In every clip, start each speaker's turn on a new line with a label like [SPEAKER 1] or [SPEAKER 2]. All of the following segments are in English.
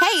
[SPEAKER 1] Hey,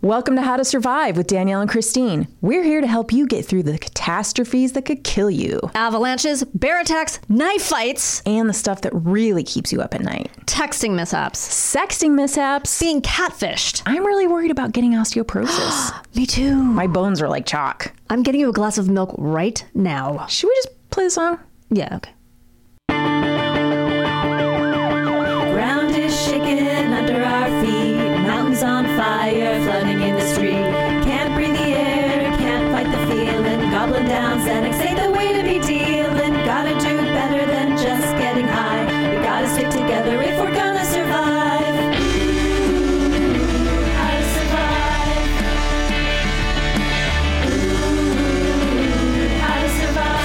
[SPEAKER 2] Welcome to How to Survive with Danielle and Christine. We're here to help you get through the catastrophes that could kill you
[SPEAKER 3] avalanches, bear attacks, knife fights,
[SPEAKER 2] and the stuff that really keeps you up at night.
[SPEAKER 3] Texting mishaps,
[SPEAKER 2] Sexting mishaps.
[SPEAKER 3] being catfished.
[SPEAKER 2] I'm really worried about getting osteoporosis.
[SPEAKER 3] Me too.
[SPEAKER 2] My bones are like chalk.
[SPEAKER 3] I'm getting you a glass of milk right now.
[SPEAKER 2] Should we just play the song?
[SPEAKER 3] Yeah, okay.
[SPEAKER 4] Ground is shaken under our feet. Mountains on fire, flooding in the street. Can't breathe the air, can't fight the feeling. Goblin down, Xanax ain't the way to be dealing. Gotta do better than just getting high. We gotta stick together if we're gonna survive. How to survive. How to survive.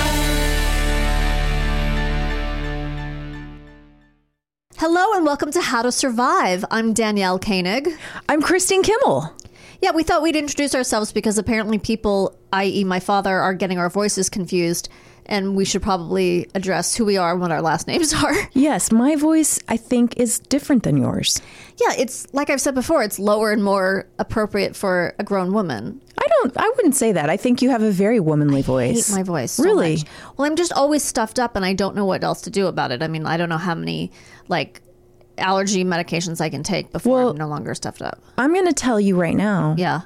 [SPEAKER 3] Hello and welcome to How to Survive. I'm Danielle Koenig.
[SPEAKER 2] I'm Christine Kimmel.
[SPEAKER 3] Yeah, we thought we'd introduce ourselves because apparently people, i.e., my father, are getting our voices confused, and we should probably address who we are and what our last names are.
[SPEAKER 2] Yes, my voice, I think, is different than yours.
[SPEAKER 3] yeah, it's like I've said before, it's lower and more appropriate for a grown woman.
[SPEAKER 2] I don't, I wouldn't say that. I think you have a very womanly voice.
[SPEAKER 3] hate my voice. so
[SPEAKER 2] really?
[SPEAKER 3] much. Well, I'm just always stuffed up, and I don't know what else to do about it. I mean, I don't know how many like allergy medications I can take before
[SPEAKER 2] Well-
[SPEAKER 3] I'm no longer stuffed up.
[SPEAKER 2] I'm going to tell you right now
[SPEAKER 3] Yeah.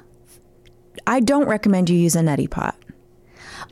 [SPEAKER 2] I don't recommend you use a neti pot.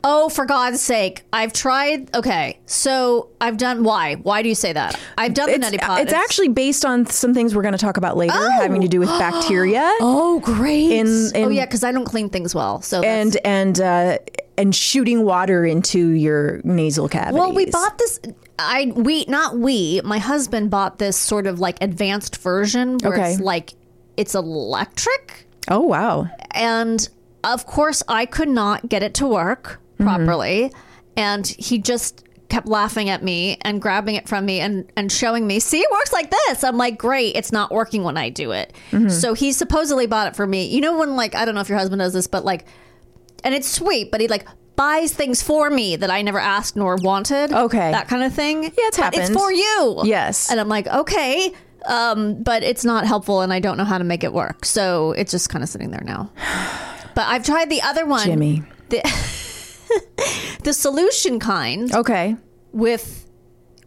[SPEAKER 3] Oh, for God's sake! I've tried. Okay, so I've done. Why? Why do you say that? I've done
[SPEAKER 2] It's,
[SPEAKER 3] the neti pot.
[SPEAKER 2] it's actually based on some things we're going to talk about later, having to do with bacteria.
[SPEAKER 3] oh great.
[SPEAKER 2] in-
[SPEAKER 3] oh
[SPEAKER 2] in-
[SPEAKER 3] yeah, because I don't clean things well. So that's-
[SPEAKER 2] and and uh, and shooting water into your nasal cavities.
[SPEAKER 3] Well, we bought this. I we not we. My husband bought this sort of like advanced version where
[SPEAKER 2] Okay.
[SPEAKER 3] it's like it's electric,
[SPEAKER 2] Oh wow!
[SPEAKER 3] and of course I could not get it to work
[SPEAKER 2] Mm-hmm.
[SPEAKER 3] properly, and he just kept laughing at me and grabbing it from me and and showing me see it works like this i'm like great it's not working when i do it
[SPEAKER 2] Mm-hmm.
[SPEAKER 3] so he supposedly bought it for me you know when like i don't know if your husband does this but like and it's sweet but he like buys things for me that i never asked nor wanted
[SPEAKER 2] Okay.
[SPEAKER 3] that kind of thing yeah
[SPEAKER 2] it's
[SPEAKER 3] it's
[SPEAKER 2] happened.
[SPEAKER 3] for you
[SPEAKER 2] Yes.
[SPEAKER 3] and i'm like okay um but it's not helpful and i don't know how to make it work so it's just kind of sitting there now but I've tried the other one,
[SPEAKER 2] Jimmy.
[SPEAKER 3] the solution kind
[SPEAKER 2] Okay,
[SPEAKER 3] with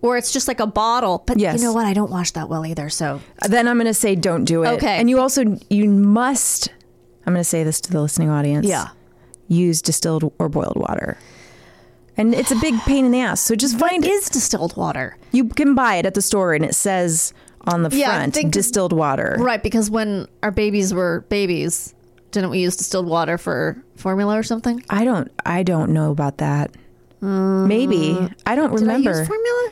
[SPEAKER 3] where it's just like a bottle. But
[SPEAKER 2] Yes.
[SPEAKER 3] you know what? I don't wash that well either. So
[SPEAKER 2] then I'm going to say don't do it.
[SPEAKER 3] Okay.
[SPEAKER 2] and you also you must. I'm going to say this to the listening audience. use distilled or boiled water, and it's a big pain in the ass. So just find
[SPEAKER 3] it is distilled water,
[SPEAKER 2] you can buy it at the store, and it says on the
[SPEAKER 3] Yeah, I
[SPEAKER 2] front
[SPEAKER 3] think-
[SPEAKER 2] distilled water.
[SPEAKER 3] right? Because when our babies were babies, didn't we use distilled water for formula or something?
[SPEAKER 2] I don't. I don't know about that. Maybe I don't remember.
[SPEAKER 3] Mm. Did I use formula?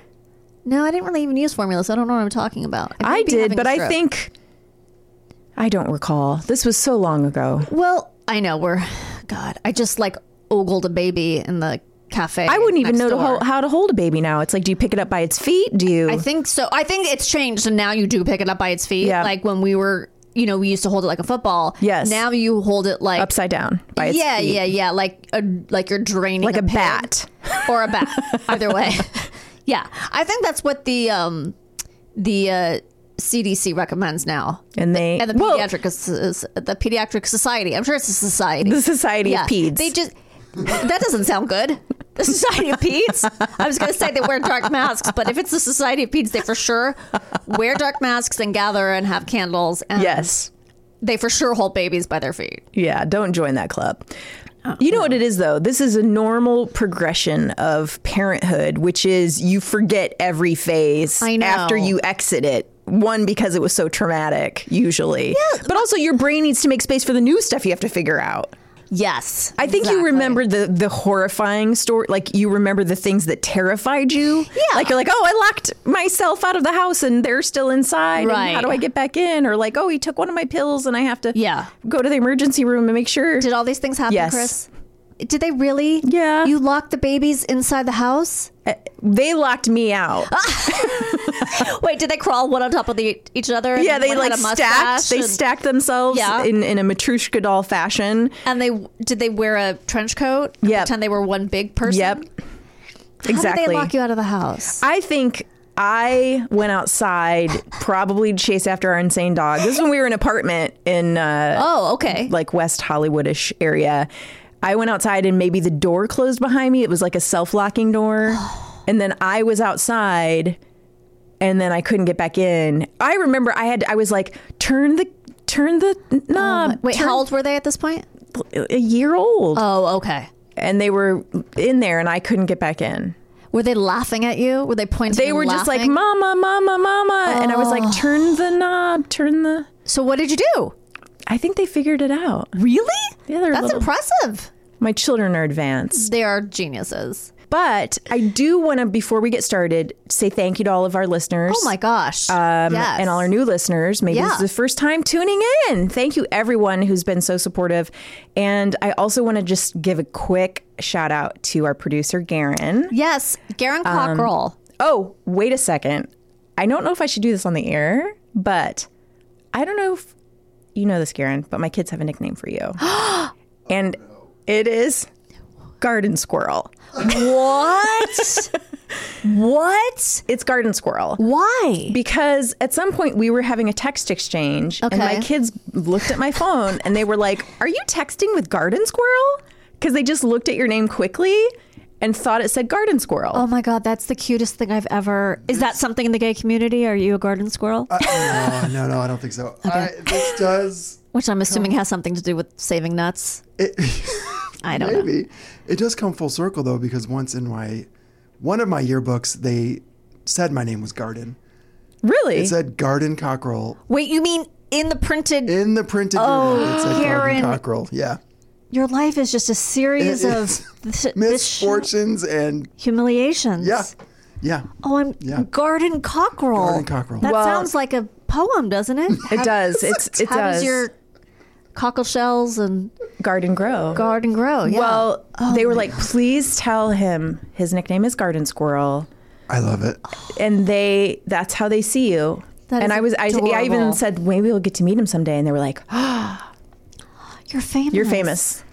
[SPEAKER 3] No, I didn't really even use formula, so I don't know what I'm talking about.
[SPEAKER 2] I
[SPEAKER 3] may be
[SPEAKER 2] did,
[SPEAKER 3] having a
[SPEAKER 2] but I
[SPEAKER 3] stroke.
[SPEAKER 2] think I don't recall. This was so long ago.
[SPEAKER 3] Well, I know we're. God, I just like ogled a baby in the cafe.
[SPEAKER 2] I wouldn't even
[SPEAKER 3] next
[SPEAKER 2] know to
[SPEAKER 3] door.
[SPEAKER 2] ho- how to hold a baby now. It's like, do you pick it up by its feet? Do you?
[SPEAKER 3] I think so. I think it's changed, and now you do pick it up by its feet.
[SPEAKER 2] Yeah.
[SPEAKER 3] Like when we were you know, we used to hold it like a football.
[SPEAKER 2] Yes.
[SPEAKER 3] Now you hold it like
[SPEAKER 2] upside down by its
[SPEAKER 3] yeah,
[SPEAKER 2] feet.
[SPEAKER 3] yeah, yeah. Like a like you're draining
[SPEAKER 2] Like a
[SPEAKER 3] pig.
[SPEAKER 2] bat.
[SPEAKER 3] or a bat. Either way, yeah. I think that's what the um the uh, CDC recommends now,
[SPEAKER 2] And they
[SPEAKER 3] and the
[SPEAKER 2] Well,
[SPEAKER 3] pediatric is, is- the pediatric society. I'm sure it's a society.
[SPEAKER 2] the Society
[SPEAKER 3] yeah,
[SPEAKER 2] of Peds.
[SPEAKER 3] They just that doesn't sound good. The Society of Peds. I was going to say they wear dark masks, but if it's the Society of Peds, they for sure wear dark masks and gather and have candles. And
[SPEAKER 2] yes.
[SPEAKER 3] they for sure hold babies by their feet.
[SPEAKER 2] Yeah, don't join that club.
[SPEAKER 3] Oh,
[SPEAKER 2] You know what it is, though? This is a normal progression of parenthood, which is you forget every phase
[SPEAKER 3] I know.
[SPEAKER 2] after you exit it. One, because it was so traumatic, usually. but, also, your brain needs to make space for the new stuff you have to figure out.
[SPEAKER 3] Yes,
[SPEAKER 2] I think you remember the, the horrifying story. Like, you remember the things that terrified you.
[SPEAKER 3] Yeah.
[SPEAKER 2] Like, you're like, oh, I locked myself out of the house and they're still inside. and
[SPEAKER 3] Right.
[SPEAKER 2] how do I get back in? Or, like, oh, he took one of my pills and I have to
[SPEAKER 3] Yeah.
[SPEAKER 2] go to the emergency room and make sure.
[SPEAKER 3] Did all these things happen,
[SPEAKER 2] Yes.
[SPEAKER 3] Chris? Did they really?
[SPEAKER 2] Yeah.
[SPEAKER 3] You locked the babies inside the house?
[SPEAKER 2] they locked me out.
[SPEAKER 3] Oh, Wait, did they crawl one on top of the, each other? and
[SPEAKER 2] yeah, they
[SPEAKER 3] everyone
[SPEAKER 2] like
[SPEAKER 3] had a mustache
[SPEAKER 2] stacked. They
[SPEAKER 3] and,
[SPEAKER 2] stacked themselves
[SPEAKER 3] Yeah.
[SPEAKER 2] in, in a matryoshka doll fashion.
[SPEAKER 3] And they did they wear a trench coat? and
[SPEAKER 2] Yep.
[SPEAKER 3] Pretend they were one big person.
[SPEAKER 2] Yep,
[SPEAKER 3] How did
[SPEAKER 2] exactly.
[SPEAKER 3] they lock you out of the house?
[SPEAKER 2] I think I went outside probably to chase after our insane dog. This is when we were in an apartment in uh,
[SPEAKER 3] Oh, okay.
[SPEAKER 2] like West Hollywoodish area. I went outside and maybe the door closed behind me. It was like a self locking door, and then I was outside, and then I couldn't get back in. I remember I had I was like turn the turn the knob.
[SPEAKER 3] Oh, Wait,
[SPEAKER 2] turn
[SPEAKER 3] how old were they at this point?
[SPEAKER 2] a year old
[SPEAKER 3] Oh, okay.
[SPEAKER 2] and they were in there and I couldn't get back in.
[SPEAKER 3] Were they laughing at you? Were they pointing?
[SPEAKER 2] They
[SPEAKER 3] and
[SPEAKER 2] were just like
[SPEAKER 3] laughing? Oh.
[SPEAKER 2] mama mama mama and I was like turn the knob, turn the
[SPEAKER 3] So what did you do?
[SPEAKER 2] I think they figured it out.
[SPEAKER 3] Really?
[SPEAKER 2] Yeah, they're
[SPEAKER 3] That's
[SPEAKER 2] little.
[SPEAKER 3] impressive.
[SPEAKER 2] My children are advanced.
[SPEAKER 3] They are geniuses.
[SPEAKER 2] But I do want to before we get started say thank you to all of our listeners.
[SPEAKER 3] Oh my gosh. Um, yes.
[SPEAKER 2] and all our new listeners. Maybe this
[SPEAKER 3] Yeah.
[SPEAKER 2] is the first time tuning in. Thank you, everyone who's been so supportive. And I also want to just give a quick shout out to our producer, Garen.
[SPEAKER 3] Yes, Garen Cockrell.
[SPEAKER 2] Oh, wait a second. I don't know if I should do this on the air, but I don't know if you know this, Garen, but my kids have a nickname for you. and it is Garden Squirrel.
[SPEAKER 3] What? what?
[SPEAKER 2] It's Garden Squirrel.
[SPEAKER 3] Why?
[SPEAKER 2] Because at some point we were having a text exchange, and
[SPEAKER 3] Okay.
[SPEAKER 2] my kids looked at my phone and they were like, Are you texting with Garden Squirrel? Because they just looked at your name quickly and thought it said Garden Squirrel.
[SPEAKER 3] Oh my god, that's the cutest thing I've ever. Is that something in the gay community? Are you a garden squirrel?
[SPEAKER 5] Uh, no, no, no, I don't think so. I, this does
[SPEAKER 3] Which I'm assuming has something to do with saving nuts. I don't know.
[SPEAKER 5] maybe it does come full circle though because once in my one of my yearbooks they said my name was Garden.
[SPEAKER 2] really?
[SPEAKER 5] It said Garden Cockrell
[SPEAKER 3] Wait, you mean in the printed?
[SPEAKER 5] in the printed yearbook. It said
[SPEAKER 3] Oh, Karen.
[SPEAKER 5] Garden Cockrell. Yeah,
[SPEAKER 3] your life is just a series
[SPEAKER 5] It
[SPEAKER 3] of
[SPEAKER 5] is.
[SPEAKER 3] this, this sh-
[SPEAKER 5] misfortunes and
[SPEAKER 3] humiliations.
[SPEAKER 5] yeah, yeah.
[SPEAKER 3] Oh, I'm
[SPEAKER 5] Yeah.
[SPEAKER 3] garden cockerel.
[SPEAKER 5] Garden Cockrel.
[SPEAKER 3] That
[SPEAKER 2] Well-
[SPEAKER 3] sounds like a poem, doesn't it?
[SPEAKER 2] it does. It's it
[SPEAKER 3] How
[SPEAKER 2] does.
[SPEAKER 3] does your cockle shells and
[SPEAKER 2] garden grow?
[SPEAKER 3] garden grow? Yeah. Oh
[SPEAKER 2] Well, they were like, please tell him his nickname is Garden Squirrel,
[SPEAKER 5] I love it.
[SPEAKER 2] and they that's how they see you.
[SPEAKER 3] That
[SPEAKER 2] and
[SPEAKER 3] is
[SPEAKER 2] I was I, I
[SPEAKER 3] adorable.
[SPEAKER 2] even said maybe we'll get to meet him someday, and they were like, oh,
[SPEAKER 3] you're famous.
[SPEAKER 2] you're famous.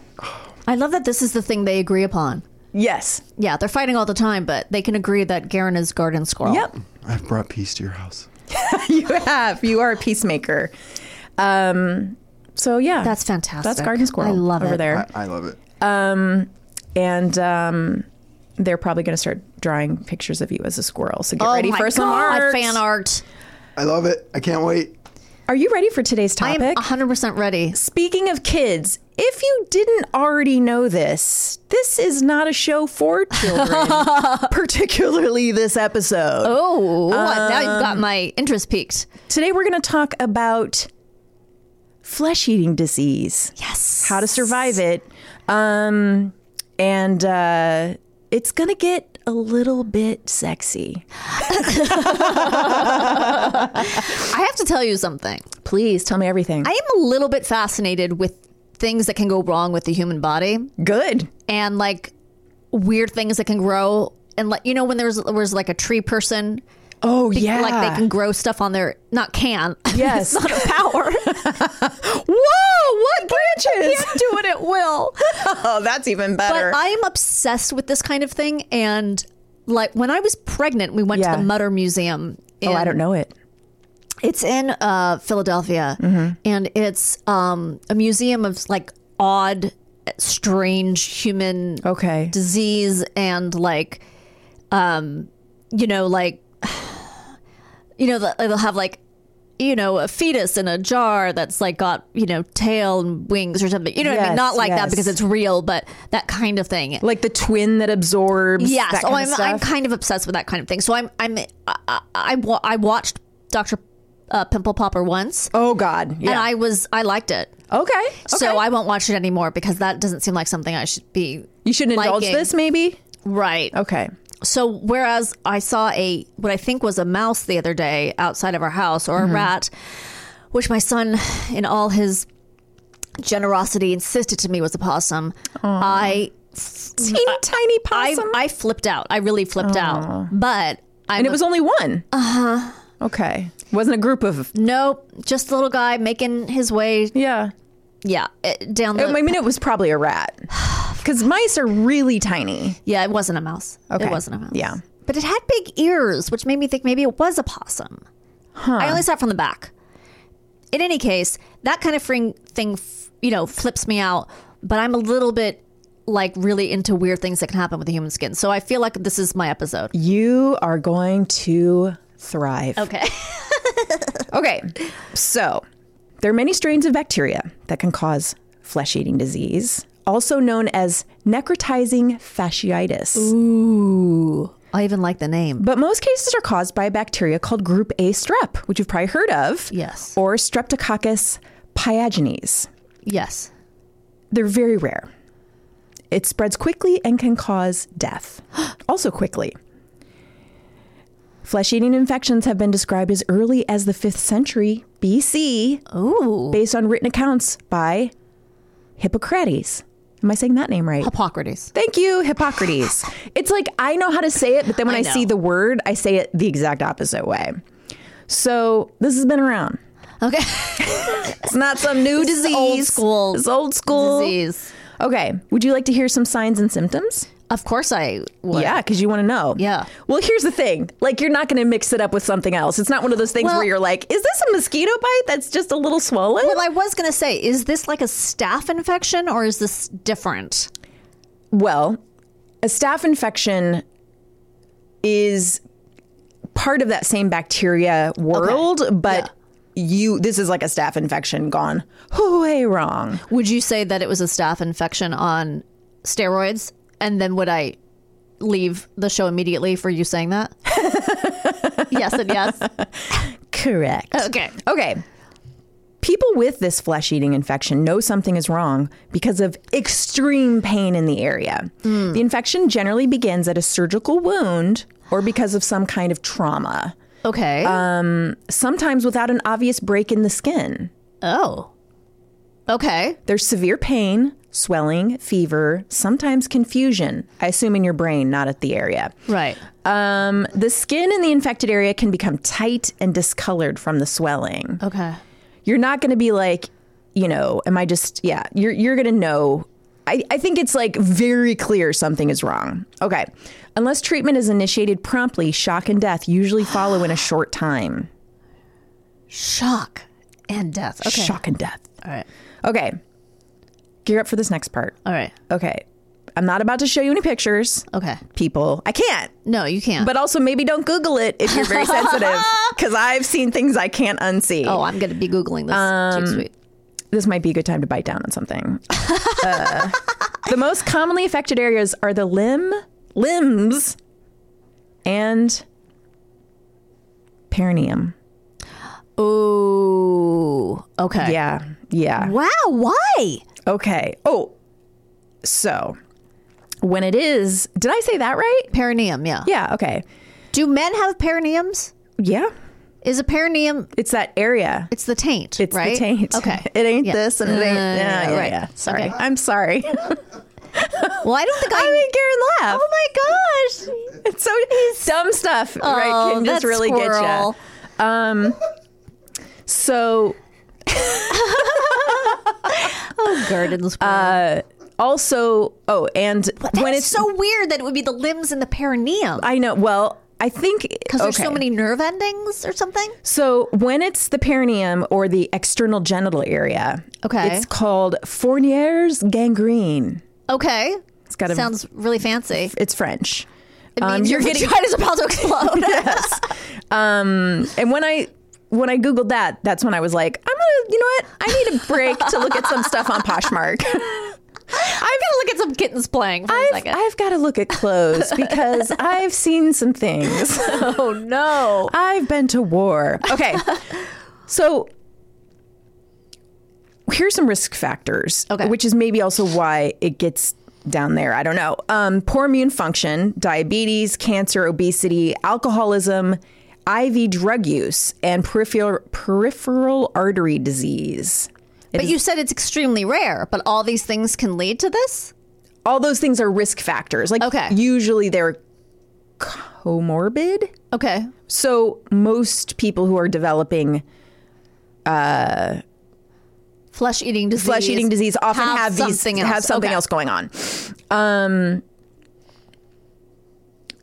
[SPEAKER 3] I love that this is the thing they agree upon.
[SPEAKER 2] Yes.
[SPEAKER 3] Yeah, they're fighting all the time, but they can agree that Garen is garden squirrel.
[SPEAKER 2] Yep.
[SPEAKER 5] I've brought peace to your house.
[SPEAKER 2] You have. You are a peacemaker. Um. So yeah,
[SPEAKER 3] That's fantastic.
[SPEAKER 2] That's Garden Squirrel.
[SPEAKER 3] I love
[SPEAKER 2] over
[SPEAKER 3] it.
[SPEAKER 2] there,
[SPEAKER 5] I, I love it.
[SPEAKER 2] and um, they're probably going to start drawing pictures of you as a squirrel. So get
[SPEAKER 3] Oh
[SPEAKER 2] ready
[SPEAKER 3] my
[SPEAKER 2] for some
[SPEAKER 3] God,
[SPEAKER 2] art.
[SPEAKER 3] fan art.
[SPEAKER 5] I love it. I can't wait.
[SPEAKER 2] Are you ready for today's
[SPEAKER 3] I
[SPEAKER 2] topic?
[SPEAKER 3] am 100% ready.
[SPEAKER 2] Speaking of kids, if you didn't already know this, this is not a show for children, particularly this episode.
[SPEAKER 3] Oh, now
[SPEAKER 2] Um,
[SPEAKER 3] you've got my interest peaked.
[SPEAKER 2] Today we're going to talk about flesh eating disease.
[SPEAKER 3] Yes.
[SPEAKER 2] How to survive it. Um, and uh, it's going to get a little bit sexy.
[SPEAKER 3] I have to tell you something.
[SPEAKER 2] Please tell me everything.
[SPEAKER 3] I am a little bit fascinated with things that can go wrong with the human body
[SPEAKER 2] Good.
[SPEAKER 3] and like weird things that can grow and like you know when there was, there was like a tree person
[SPEAKER 2] Oh yeah.
[SPEAKER 3] Like they can grow stuff on their not can.
[SPEAKER 2] Yes.
[SPEAKER 3] it's not a power.
[SPEAKER 2] Whoa! What branches?
[SPEAKER 3] Do it at will.
[SPEAKER 2] Oh, that's even better.
[SPEAKER 3] But I am obsessed with this kind of thing. And like when I was pregnant, we went
[SPEAKER 2] Yeah.
[SPEAKER 3] to the Mutter Museum.
[SPEAKER 2] oh, I
[SPEAKER 3] in-
[SPEAKER 2] don't know it.
[SPEAKER 3] It's in uh, Philadelphia,
[SPEAKER 2] Mm-hmm.
[SPEAKER 3] and it's um, a museum of like odd, strange human
[SPEAKER 2] Oh, Okay.
[SPEAKER 3] disease and like, um, you know, like, you know, the- they'll have like. You know, a fetus in a jar that's like got, you know, tail and wings or something. You know what I mean?
[SPEAKER 2] Yes,
[SPEAKER 3] Not like that
[SPEAKER 2] yes.
[SPEAKER 3] because it's real, but that kind of thing.
[SPEAKER 2] Like the twin that absorbs.
[SPEAKER 3] Yes.
[SPEAKER 2] That
[SPEAKER 3] oh,
[SPEAKER 2] kind
[SPEAKER 3] I'm,
[SPEAKER 2] of
[SPEAKER 3] I'm
[SPEAKER 2] stuff?
[SPEAKER 3] kind of obsessed with that kind of thing. So I'm I'm I, I, I wa- I watched Doctor uh, Pimple Popper once,
[SPEAKER 2] oh God. Yeah.
[SPEAKER 3] and I was I liked it.
[SPEAKER 2] okay. okay.
[SPEAKER 3] So I won't watch it anymore because that doesn't seem like something I should be
[SPEAKER 2] you shouldn't indulge
[SPEAKER 3] liking.
[SPEAKER 2] this, maybe.
[SPEAKER 3] right.
[SPEAKER 2] Okay.
[SPEAKER 3] So whereas I saw a what I think was a mouse the other day outside of our house or
[SPEAKER 2] Mm-hmm.
[SPEAKER 3] a rat, which my son, in all his generosity, insisted to me was a possum. I
[SPEAKER 2] Teeny tiny
[SPEAKER 3] I,
[SPEAKER 2] possum.
[SPEAKER 3] I flipped out. I really flipped out. But I'm
[SPEAKER 2] and it was only one. Uh huh.
[SPEAKER 3] Uh-huh.
[SPEAKER 2] Okay. Wasn't a group of.
[SPEAKER 3] Nope, just the little guy making his way.
[SPEAKER 2] Yeah.
[SPEAKER 3] Yeah, it- down the.
[SPEAKER 2] I mean, it was probably a rat. Because mice are really tiny.
[SPEAKER 3] yeah, it wasn't a mouse.
[SPEAKER 2] Okay.
[SPEAKER 3] It wasn't a mouse.
[SPEAKER 2] Yeah.
[SPEAKER 3] but it had big ears, which made me think maybe it was a possum. I only saw it from the back. In any case, that kind of fring, thing, f- you know, flips me out. But I'm a little bit like really into weird things that can happen with the human skin. So I feel like this is my episode.
[SPEAKER 2] You are going to thrive.
[SPEAKER 3] Okay.
[SPEAKER 2] Okay, so there are many strains of bacteria that can cause flesh eating disease, also known as necrotizing fasciitis.
[SPEAKER 3] I even like the name.
[SPEAKER 2] But most cases are caused by a bacteria called group A strep, which you've probably heard of.
[SPEAKER 3] Yes.
[SPEAKER 2] Or Streptococcus pyogenes.
[SPEAKER 3] Yes.
[SPEAKER 2] They're very rare. It spreads quickly and can cause death, also quickly. Flesh eating infections have been described as early as the 5th century BC
[SPEAKER 3] Ooh.
[SPEAKER 2] based on written accounts by Hippocrates. Am I saying that name right?
[SPEAKER 3] Hippocrates.
[SPEAKER 2] Thank you, Hippocrates. it's like I know how to say it, but then when I,
[SPEAKER 3] know.
[SPEAKER 2] see the word, I say it the exact opposite way. So this has been around.
[SPEAKER 3] Okay.
[SPEAKER 2] It's not some new disease.
[SPEAKER 3] old school
[SPEAKER 2] It's old school.
[SPEAKER 3] Disease.
[SPEAKER 2] Okay. Would you like to hear some signs and symptoms?
[SPEAKER 3] Of course I would.
[SPEAKER 2] Yeah, because you want to know.
[SPEAKER 3] Yeah.
[SPEAKER 2] Well, here's the thing. Like, you're not going to mix it up with something else. It's not one of those things
[SPEAKER 3] Well-
[SPEAKER 2] where you're like, is this a mosquito bite that's just a little swollen?
[SPEAKER 3] Well, I was going to say, is this like a staph infection or is this different?
[SPEAKER 2] Well, a staph infection is part of that same bacteria world, but you this is like a staph infection gone way wrong.
[SPEAKER 3] Would you say that it was a staph infection on steroids? And then would I leave the show immediately for you saying that? yes and yes.
[SPEAKER 2] Correct.
[SPEAKER 3] Okay.
[SPEAKER 2] Okay. People with this flesh eating infection know something is wrong because of extreme pain in the area. The infection generally begins at a surgical wound or because of some kind of trauma,
[SPEAKER 3] Okay.
[SPEAKER 2] Uh, sometimes without an obvious break in the skin.
[SPEAKER 3] oh. Okay.
[SPEAKER 2] There's severe pain, swelling, fever, sometimes confusion. I assume in your brain, not at the area.
[SPEAKER 3] Right.
[SPEAKER 2] Um, the skin in the infected area can become tight and discolored from the swelling.
[SPEAKER 3] Okay.
[SPEAKER 2] You're not going to be like, you know, am I just, yeah, you're, you're going to know. I, I think it's like very clear something is wrong. Okay. Unless treatment is initiated promptly, shock and death usually follow in a short time.
[SPEAKER 3] Shock and death. Okay.
[SPEAKER 2] Shock and death.
[SPEAKER 3] All right.
[SPEAKER 2] Okay. Gear up for this next part.
[SPEAKER 3] All right.
[SPEAKER 2] Okay. I'm not about to show you any pictures,
[SPEAKER 3] Okay.
[SPEAKER 2] people. I can't.
[SPEAKER 3] No, you can't.
[SPEAKER 2] But also, maybe don't Google it if you're very sensitive, because I've seen things I can't unsee.
[SPEAKER 3] oh, I'm going to be Googling this.
[SPEAKER 2] um,
[SPEAKER 3] Too sweet.
[SPEAKER 2] This might be a good time to bite down on something. uh, the most commonly affected areas are the limb, limbs, and perineum.
[SPEAKER 3] Ooh. Okay.
[SPEAKER 2] Yeah. Yeah.
[SPEAKER 3] Wow. Why?
[SPEAKER 2] Okay. Oh, so when it is, did I say that right?
[SPEAKER 3] Perineum. Yeah.
[SPEAKER 2] Yeah. Okay.
[SPEAKER 3] Do men have perineums?
[SPEAKER 2] Yeah.
[SPEAKER 3] Is a perineum?
[SPEAKER 2] It's that area.
[SPEAKER 3] It's the taint.
[SPEAKER 2] It's
[SPEAKER 3] right?
[SPEAKER 2] the taint.
[SPEAKER 3] Okay.
[SPEAKER 2] It ain't
[SPEAKER 3] Yeah. Uh,
[SPEAKER 2] this and it ain't.
[SPEAKER 3] Yeah,
[SPEAKER 2] Yeah, yeah,
[SPEAKER 3] right.
[SPEAKER 2] yeah. Sorry.
[SPEAKER 3] Okay.
[SPEAKER 2] I'm sorry.
[SPEAKER 3] Well, I don't think I.
[SPEAKER 2] I made Karen laugh.
[SPEAKER 3] oh my oh gosh!
[SPEAKER 2] It's so dumb stuff, right?
[SPEAKER 3] Oh,
[SPEAKER 2] Can just
[SPEAKER 3] that
[SPEAKER 2] really get you.
[SPEAKER 3] squirrel.
[SPEAKER 2] So
[SPEAKER 3] Garden squirrel.
[SPEAKER 2] also, oh, and when
[SPEAKER 3] Uh, That's
[SPEAKER 2] it's
[SPEAKER 3] so weird that it would be the limbs and the perineum
[SPEAKER 2] I know. Well, I think
[SPEAKER 3] because there's so
[SPEAKER 2] okay.
[SPEAKER 3] many nerve endings or something.
[SPEAKER 2] So when it's the perineum or the external genital area,
[SPEAKER 3] Okay.
[SPEAKER 2] it's called Fournier's gangrene.
[SPEAKER 3] Okay,
[SPEAKER 2] It's got a
[SPEAKER 3] sounds really fancy.
[SPEAKER 2] it's French. Um,
[SPEAKER 3] It means
[SPEAKER 2] you're
[SPEAKER 3] your
[SPEAKER 2] getting-
[SPEAKER 3] vagina's about to explode.
[SPEAKER 2] um, And when I when I googled that, that's when I was like, I'm gonna, you know what? I need a break to look at some stuff on Poshmark.
[SPEAKER 3] I'm gonna look at some kittens playing for a
[SPEAKER 2] I've,
[SPEAKER 3] 2nd
[SPEAKER 2] I've got to look at clothes because I've seen some things.
[SPEAKER 3] oh no!
[SPEAKER 2] I've been to war. Okay. so here's some risk factors,
[SPEAKER 3] Okay.
[SPEAKER 2] which is maybe also why it gets down there. I don't know. Um, poor immune function, diabetes, cancer, obesity, alcoholism, IV drug use, and peripheral, peripheral artery disease.
[SPEAKER 3] But you said it's extremely rare, but all these things can lead to this.
[SPEAKER 2] All those things are risk factors. Like,
[SPEAKER 3] Okay.
[SPEAKER 2] usually they're comorbid.
[SPEAKER 3] Okay,
[SPEAKER 2] So, most people who are developing
[SPEAKER 3] flesh eating disease.
[SPEAKER 2] flesh eating disease often have, these
[SPEAKER 3] something else.
[SPEAKER 2] have something
[SPEAKER 3] Okay.
[SPEAKER 2] else going on.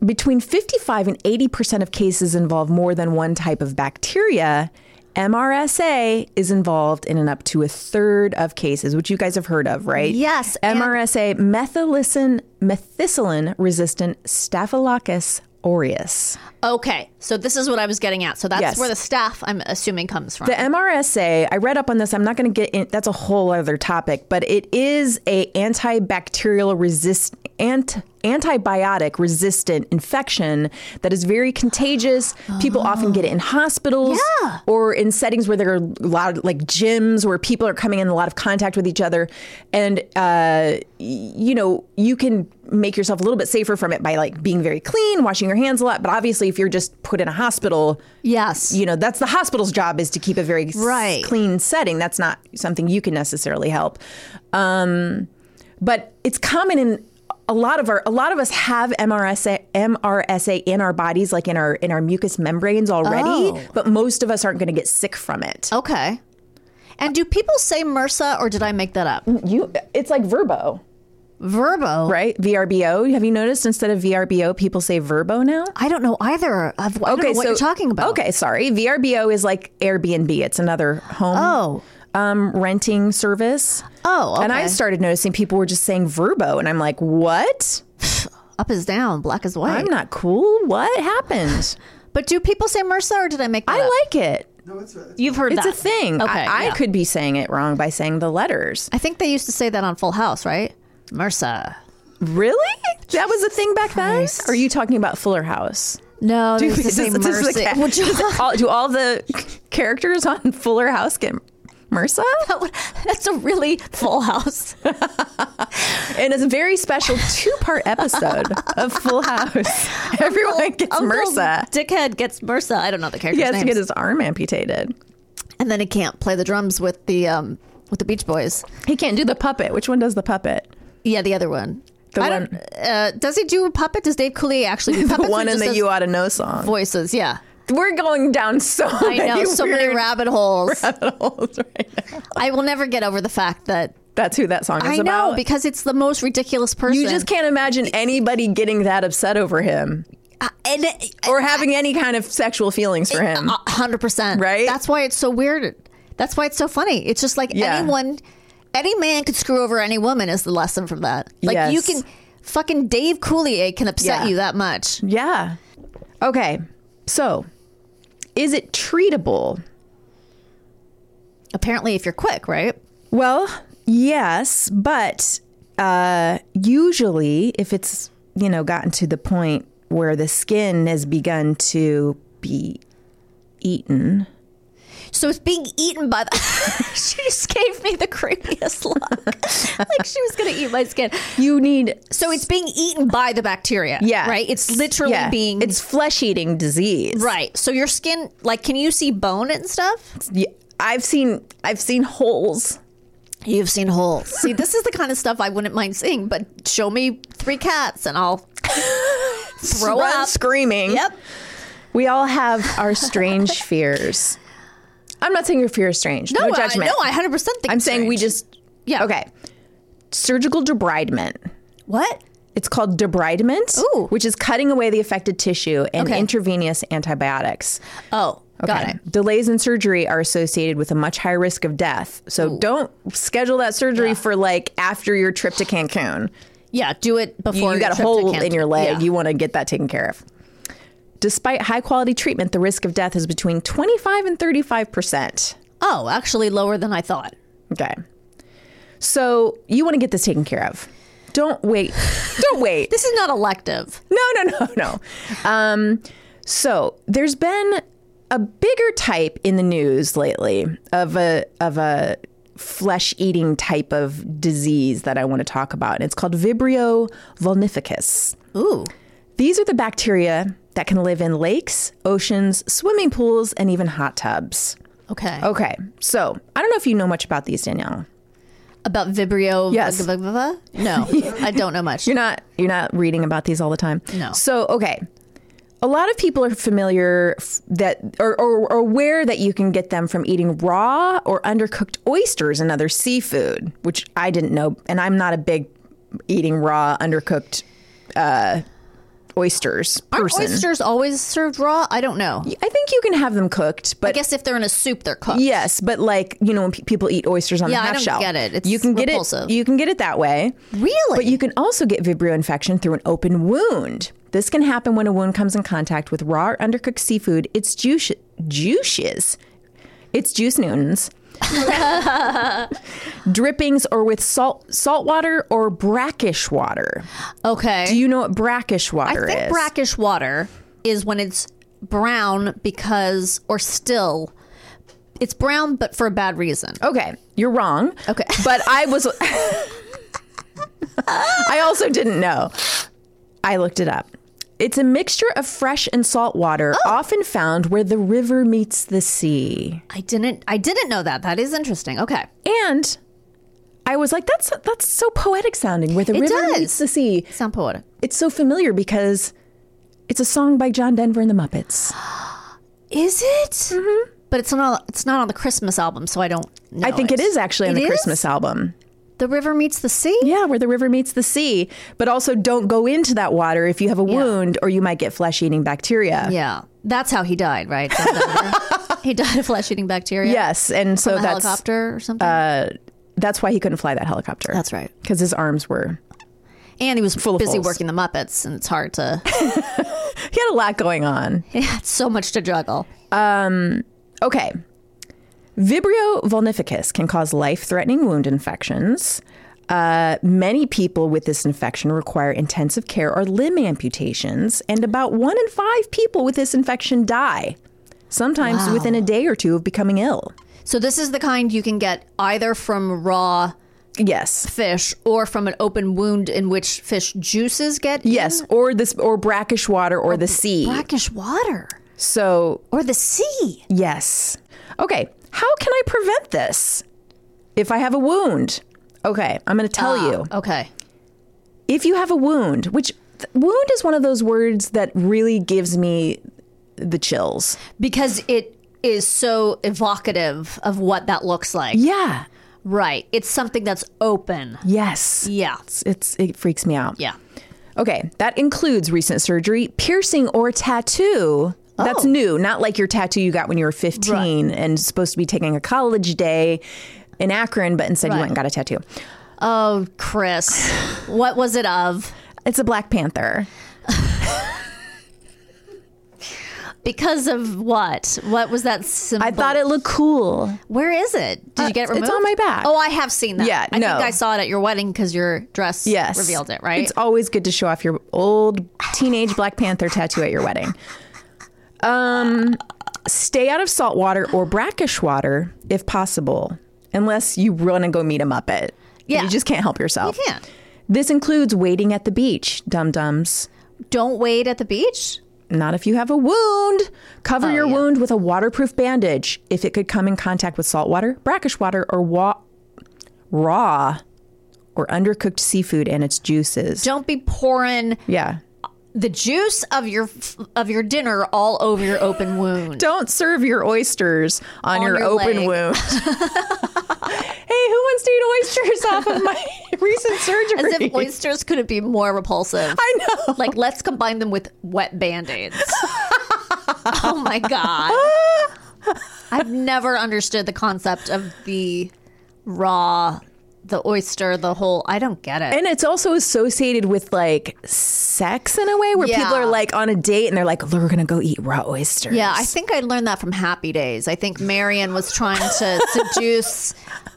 [SPEAKER 2] Um, between 55 and 80 percent of cases involve more than one type of bacteria. MRSA is involved in an up to a third of cases, which you guys have heard of, right?
[SPEAKER 3] Yes, and-
[SPEAKER 2] MRSA, methicillin, methicillin resistant Staphylococcus aureus.
[SPEAKER 3] Okay, so this is what I was getting at. So that's
[SPEAKER 2] Yes.
[SPEAKER 3] where the staff, I'm assuming, comes from.
[SPEAKER 2] The MRSA, I read up on this. I'm not going to get in. That's a whole other topic, but it is a antibacterial resist ant, antibiotic resistant infection that is very contagious. People often get it in hospitals or in settings where there are a lot of, like gyms where people are coming in a lot of contact with each other, and uh, y- you know you can make yourself a little bit safer from it by like being very clean, washing your hands a lot. But obviously, if you're just put in a hospital,
[SPEAKER 3] yes.
[SPEAKER 2] you know that's the hospital's job is to keep a very s-
[SPEAKER 3] Right.
[SPEAKER 2] clean setting that's not something you can necessarily help um, but it's common in a lot of our a lot of us have MRSA MRSA in our bodies like in our in our mucous membranes already
[SPEAKER 3] Oh. Um,
[SPEAKER 2] but most of us aren't going to get sick from it
[SPEAKER 3] okay. And do people say MRSA or did I make that up?
[SPEAKER 2] you it's like verbo
[SPEAKER 3] Verbo.
[SPEAKER 2] Mm. right VRBO have you noticed instead of VRBO people say verbo now
[SPEAKER 3] I don't know either. I've, I don't know what you're talking about.
[SPEAKER 2] okay sorry VRBO is like Airbnb it's another home
[SPEAKER 3] Oh.
[SPEAKER 2] um, renting service
[SPEAKER 3] Oh. Okay.
[SPEAKER 2] And I started noticing people were just saying verbo, and I'm like, what?
[SPEAKER 3] up is down, black is white.
[SPEAKER 2] I'm not cool. What happened?
[SPEAKER 3] But do people say MRSA or did I make that
[SPEAKER 2] I
[SPEAKER 3] up?
[SPEAKER 2] like it.
[SPEAKER 5] No, it's, it's
[SPEAKER 3] You've heard
[SPEAKER 2] It's
[SPEAKER 3] that.
[SPEAKER 2] a thing.
[SPEAKER 3] Okay.
[SPEAKER 2] I, I
[SPEAKER 3] yeah.
[SPEAKER 2] could be saying it wrong by saying the letters.
[SPEAKER 3] I think they used to say that on Full House, right? MRSA.
[SPEAKER 2] Really? That was a thing back then? Or are you talking about Fuller House?
[SPEAKER 3] No, they
[SPEAKER 2] Do,
[SPEAKER 3] used to
[SPEAKER 2] does-
[SPEAKER 3] say
[SPEAKER 2] does the
[SPEAKER 3] MRSA.
[SPEAKER 2] ca- does all, do all the characters on Fuller House get MRSA?
[SPEAKER 3] That's a really Full House.
[SPEAKER 2] And it's a very special two part episode of Full House. Everyone gets
[SPEAKER 3] Uncle
[SPEAKER 2] MRSA.
[SPEAKER 3] Dickhead gets MRSA. I don't know the character's
[SPEAKER 2] He has
[SPEAKER 3] names.
[SPEAKER 2] to get his arm amputated.
[SPEAKER 3] and then he can't play the drums with the um with the Beach Boys.
[SPEAKER 2] He can't do the puppet. Which one does the puppet?
[SPEAKER 3] Yeah, the other one.
[SPEAKER 2] The
[SPEAKER 3] I
[SPEAKER 2] one-
[SPEAKER 3] don't. Uh, does he do a puppet? Does Dave Cooley actually do
[SPEAKER 2] the
[SPEAKER 3] puppets? or
[SPEAKER 2] one in
[SPEAKER 3] just
[SPEAKER 2] the
[SPEAKER 3] does
[SPEAKER 2] "You Ought to Know" song.
[SPEAKER 3] voices? Yeah,
[SPEAKER 2] We're going down so
[SPEAKER 3] I know so many
[SPEAKER 2] weird
[SPEAKER 3] rabbit holes.
[SPEAKER 2] holes right now.
[SPEAKER 3] I will never get over the fact that
[SPEAKER 2] That's who that song is
[SPEAKER 3] I know
[SPEAKER 2] about.
[SPEAKER 3] because it's the most ridiculous person.
[SPEAKER 2] you just can't imagine anybody getting that upset over him
[SPEAKER 3] and
[SPEAKER 2] or having any kind of sexual feelings for him.
[SPEAKER 3] hundred percent
[SPEAKER 2] Right?
[SPEAKER 3] That's why it's so weird. That's why it's so funny. It's just like
[SPEAKER 2] Yeah.
[SPEAKER 3] anyone, any man could screw over any woman is the lesson from that. Like you
[SPEAKER 2] Yes.
[SPEAKER 3] can. Fucking Dave Coulier can upset
[SPEAKER 2] Yeah.
[SPEAKER 3] you that much.
[SPEAKER 2] yeah. Okay. So, is it treatable?
[SPEAKER 3] Apparently, if you're quick, right?
[SPEAKER 2] Well, yes, but uh, usually if it's, you know, gotten to the point where the skin has begun to be eaten,
[SPEAKER 3] So it's being eaten by the. she just gave me the creepiest look. like she was going to eat my skin.
[SPEAKER 2] you need
[SPEAKER 3] So it's being eaten by the bacteria.
[SPEAKER 2] Yeah.
[SPEAKER 3] Right? It's literally
[SPEAKER 2] Yeah.
[SPEAKER 3] being.
[SPEAKER 2] It's flesh eating disease.
[SPEAKER 3] Right. So your skin, like, can you see bone and stuff?
[SPEAKER 2] Yeah. I've seen I've seen holes.
[SPEAKER 3] You've seen holes. See, this is the kind of stuff I wouldn't mind seeing, but show me three cats and I'll throw
[SPEAKER 2] Run
[SPEAKER 3] up.
[SPEAKER 2] screaming.
[SPEAKER 3] Yep.
[SPEAKER 2] We all have our strange fears. I'm not saying your fear is strange. No,
[SPEAKER 3] I-
[SPEAKER 2] judgment.
[SPEAKER 3] no, I 100% think
[SPEAKER 2] I'm
[SPEAKER 3] it's
[SPEAKER 2] saying we
[SPEAKER 3] strange.
[SPEAKER 2] just
[SPEAKER 3] Yeah.
[SPEAKER 2] okay. Surgical debridement.
[SPEAKER 3] What?
[SPEAKER 2] It's called debridement,
[SPEAKER 3] Ooh.
[SPEAKER 2] which is cutting away the affected tissue and
[SPEAKER 3] Okay.
[SPEAKER 2] intravenous antibiotics.
[SPEAKER 3] Oh, got it.
[SPEAKER 2] Delays in surgery are associated with a much higher risk of death. So don't schedule that surgery for like after your trip to Cancun.
[SPEAKER 3] Yeah, do it
[SPEAKER 2] You,
[SPEAKER 3] before
[SPEAKER 2] you got a
[SPEAKER 3] trip to
[SPEAKER 2] hole
[SPEAKER 3] Cancun.
[SPEAKER 2] in your leg.
[SPEAKER 3] Yeah.
[SPEAKER 2] You want to get that taken care of. Despite high quality treatment, the risk of death is between 25 and 35 percent.
[SPEAKER 3] oh, actually lower than I thought.
[SPEAKER 2] Okay. So you want to get this taken care of. Don't wait. Don't wait.
[SPEAKER 3] This is not elective.
[SPEAKER 2] No, no, no, no. Um, so there's been a bigger type in the news lately of a of a flesh eating type of disease that I want to talk about. And it's called Vibrio vulnificus.
[SPEAKER 3] Ooh.
[SPEAKER 2] These are the bacteria that can live in lakes, oceans, swimming pools, and even hot tubs.
[SPEAKER 3] Okay.
[SPEAKER 2] Okay, so I don't know if you know much about these, Danielle.
[SPEAKER 3] About Vibrio.
[SPEAKER 2] Yes.
[SPEAKER 3] blah, blah, blah, blah? No, I don't know much.
[SPEAKER 2] You're not you're not reading about these all the time.
[SPEAKER 3] No.
[SPEAKER 2] So okay, a lot of people are familiar f- that or, or, or aware that you can get them from eating raw or undercooked oysters and other seafood, which I didn't know, and I'm not a big eating raw undercooked uh, oysters
[SPEAKER 3] Aren't
[SPEAKER 2] person.
[SPEAKER 3] oysters always served raw? I don't know.
[SPEAKER 2] I think you can have them cooked,
[SPEAKER 3] I
[SPEAKER 2] but.
[SPEAKER 3] guess if they're in a soup, they're cooked.
[SPEAKER 2] Yes, but like you know, when pe- people eat oysters on a
[SPEAKER 3] Yeah, I
[SPEAKER 2] half
[SPEAKER 3] don't
[SPEAKER 2] shell,
[SPEAKER 3] get it. It's
[SPEAKER 2] you can get
[SPEAKER 3] repulsive.
[SPEAKER 2] it. You can get it that way.
[SPEAKER 3] Really?
[SPEAKER 2] But you can also get Vibrio infection through an open wound. This can happen when a wound comes in contact with raw or undercooked seafood, its juice, juices, its juice Newtons, drippings, or with salt, salt water or brackish water.
[SPEAKER 3] Okay.
[SPEAKER 2] Do you know what brackish
[SPEAKER 3] I
[SPEAKER 2] water
[SPEAKER 3] think
[SPEAKER 2] is?
[SPEAKER 3] brackish water is when it's brown because, or still, it's brown but for a bad reason.
[SPEAKER 2] okay, you're wrong.
[SPEAKER 3] Okay.
[SPEAKER 2] but I was. I also didn't know. I looked it up. It's a mixture of fresh and salt water,
[SPEAKER 3] Oh.
[SPEAKER 2] often found where the river meets the sea.
[SPEAKER 3] I didn't. I didn't know that. That is interesting. Okay.
[SPEAKER 2] And I was like, "That's that's so poetic sounding." Where the
[SPEAKER 3] It
[SPEAKER 2] river
[SPEAKER 3] does.
[SPEAKER 2] meets the sea.
[SPEAKER 3] Sound poetic.
[SPEAKER 2] It's so familiar because it's a song by John Denver and the Muppets.
[SPEAKER 3] Is it? Mm-hmm. But it's not. It's not on the Christmas album, so I don't. know
[SPEAKER 2] I think it is actually on
[SPEAKER 3] It
[SPEAKER 2] the
[SPEAKER 3] is?
[SPEAKER 2] Christmas album.
[SPEAKER 3] The river meets the sea.
[SPEAKER 2] Yeah, where the river meets the sea. But also, don't go into that water if you have a wound, or you might get flesh-eating bacteria.
[SPEAKER 3] Yeah. That's how he died, right? John Denver? he died of flesh-eating bacteria.
[SPEAKER 2] Yes, and so
[SPEAKER 3] From a
[SPEAKER 2] that's
[SPEAKER 3] helicopter or something.
[SPEAKER 2] that's why he couldn't fly that helicopter.
[SPEAKER 3] That's right.
[SPEAKER 2] because his arms were.
[SPEAKER 3] and he was
[SPEAKER 2] full of
[SPEAKER 3] busy
[SPEAKER 2] holes.
[SPEAKER 3] working the Muppets, and it's hard to.
[SPEAKER 2] He had a lot going on.
[SPEAKER 3] it's so much to juggle.
[SPEAKER 2] Okay. Vibrio vulnificus can cause life threatening wound infections. Uh, many people with this infection require intensive care or limb amputations, and about one in five people with this infection die, sometimes within a day or two of becoming ill.
[SPEAKER 3] So this is the kind you can get either from raw
[SPEAKER 2] Yes.
[SPEAKER 3] fish or from an open wound in which fish juices get in?
[SPEAKER 2] Yes, or this, or brackish water, or the sea.
[SPEAKER 3] brackish water
[SPEAKER 2] So
[SPEAKER 3] or the sea.
[SPEAKER 2] Yes. Okay. How can I prevent this? If I have a wound. Okay, I'm going to tell you.
[SPEAKER 3] Ah, Okay.
[SPEAKER 2] If you have a wound, which th- wound is one of those words that really gives me the chills.
[SPEAKER 3] Because it is so evocative of what that looks like.
[SPEAKER 2] Yeah.
[SPEAKER 3] Right. It's something that's open.
[SPEAKER 2] Yes.
[SPEAKER 3] Yeah.
[SPEAKER 2] It's, it's it freaks me out.
[SPEAKER 3] Yeah.
[SPEAKER 2] Okay, that includes recent surgery, piercing or tattoo. That's
[SPEAKER 3] Oh.
[SPEAKER 2] new, not like your tattoo you got when you were 15 and supposed to be taking a college day in Akron, but instead you went and got a tattoo.
[SPEAKER 3] Oh, Chris. what was it of?
[SPEAKER 2] It's a Black Panther.
[SPEAKER 3] Because of what? What was that symbol?
[SPEAKER 2] I thought it looked cool.
[SPEAKER 3] Where is it? Did you get it
[SPEAKER 2] Uh, it's
[SPEAKER 3] removed?
[SPEAKER 2] on my back.
[SPEAKER 3] Oh, I have seen that.
[SPEAKER 2] Yeah,
[SPEAKER 3] I
[SPEAKER 2] no.
[SPEAKER 3] think I saw it at your wedding because your dress
[SPEAKER 2] Yes.
[SPEAKER 3] revealed it, right?
[SPEAKER 2] It's always good to show off your old teenage Black Panther tattoo at your wedding. Um, stay out of salt water or brackish water if possible, unless you want to go meet a Muppet.
[SPEAKER 3] Yeah.
[SPEAKER 2] You just can't help yourself.
[SPEAKER 3] You can't.
[SPEAKER 2] This includes waiting at the beach, dum dums.
[SPEAKER 3] Don't wait at the beach.
[SPEAKER 2] Not if you have a wound. Cover your wound with a waterproof bandage if it could come in contact with salt water, brackish water, or wa- raw or undercooked seafood and its juices.
[SPEAKER 3] Don't be pouring
[SPEAKER 2] yeah.
[SPEAKER 3] the juice of your of your dinner all over your open wound.
[SPEAKER 2] Don't serve your oysters on,
[SPEAKER 3] On
[SPEAKER 2] your,
[SPEAKER 3] your
[SPEAKER 2] open
[SPEAKER 3] leg.
[SPEAKER 2] wound. hey, who wants to eat oysters off of my recent surgery?
[SPEAKER 3] As if oysters couldn't be more repulsive. I know. Like, let's combine them with wet band aids. oh my God. I've never understood the concept of the raw, the oyster, the whole. I don't get it.
[SPEAKER 2] And it's also associated with like sex in a way where
[SPEAKER 3] Yeah.
[SPEAKER 2] people are like on a date and they're like, we're going to go eat raw oysters.
[SPEAKER 3] yeah, I think I learned that from Happy Days. I think Marion was trying to seduce.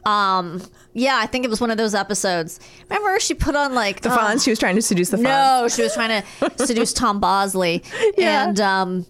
[SPEAKER 3] Um, yeah, I think it was one of those episodes. Remember, she put on like
[SPEAKER 2] The Fonz, she was trying to seduce the Fonz.
[SPEAKER 3] Oh. No, she was trying to seduce Tom Bosley and um,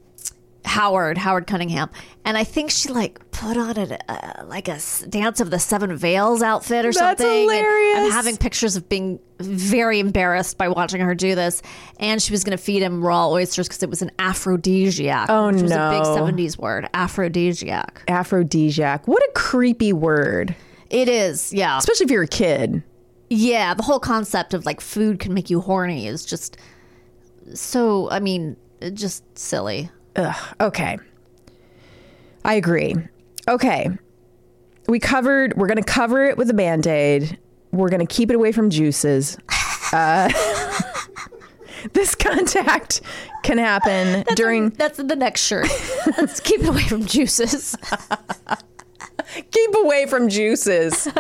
[SPEAKER 3] Howard, Howard Cunningham. And I think she like put on a uh, like a s- dance of the Seven Veils outfit or
[SPEAKER 2] That's
[SPEAKER 3] something. And I'm
[SPEAKER 2] hilarious.
[SPEAKER 3] having pictures of being very embarrassed by watching her do this. And she was going to feed him raw oysters because it was an aphrodisiac.
[SPEAKER 2] Oh,
[SPEAKER 3] which was a big
[SPEAKER 2] no.
[SPEAKER 3] 70s word, aphrodisiac.
[SPEAKER 2] Aphrodisiac. What a creepy word,
[SPEAKER 3] It is, yeah.
[SPEAKER 2] especially if you're a kid.
[SPEAKER 3] Yeah, the whole concept of like food can make you horny is just so, I mean, it just silly.
[SPEAKER 2] Okay. I agree. Okay. We covered, we're going to cover it with a band aid. We're going to keep it away from juices. Uh, this contact can happen during.
[SPEAKER 3] That's the next shirt. Let's keep it away from juices.
[SPEAKER 2] keep away from juices. just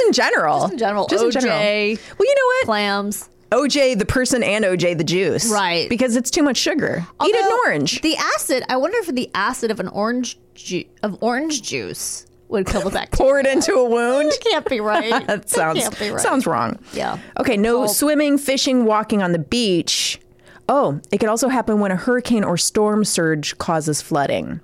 [SPEAKER 2] in general. Just
[SPEAKER 3] in general. OJ.
[SPEAKER 2] Well, you know what?
[SPEAKER 3] Clams.
[SPEAKER 2] OJ the person and OJ the juice.
[SPEAKER 3] Right.
[SPEAKER 2] Because it's too much sugar. Eat an
[SPEAKER 3] Although,
[SPEAKER 2] orange.
[SPEAKER 3] The acid. I wonder if the acid of an orange ju- of orange juice would kill the bacteria.
[SPEAKER 2] Pour it into a wound.
[SPEAKER 3] Can't be right.
[SPEAKER 2] that sounds
[SPEAKER 3] can't be right.
[SPEAKER 2] sounds wrong.
[SPEAKER 3] Yeah.
[SPEAKER 2] Okay, no swimming, fishing, walking on the beach. Oh, it could also happen when a hurricane or storm surge causes flooding.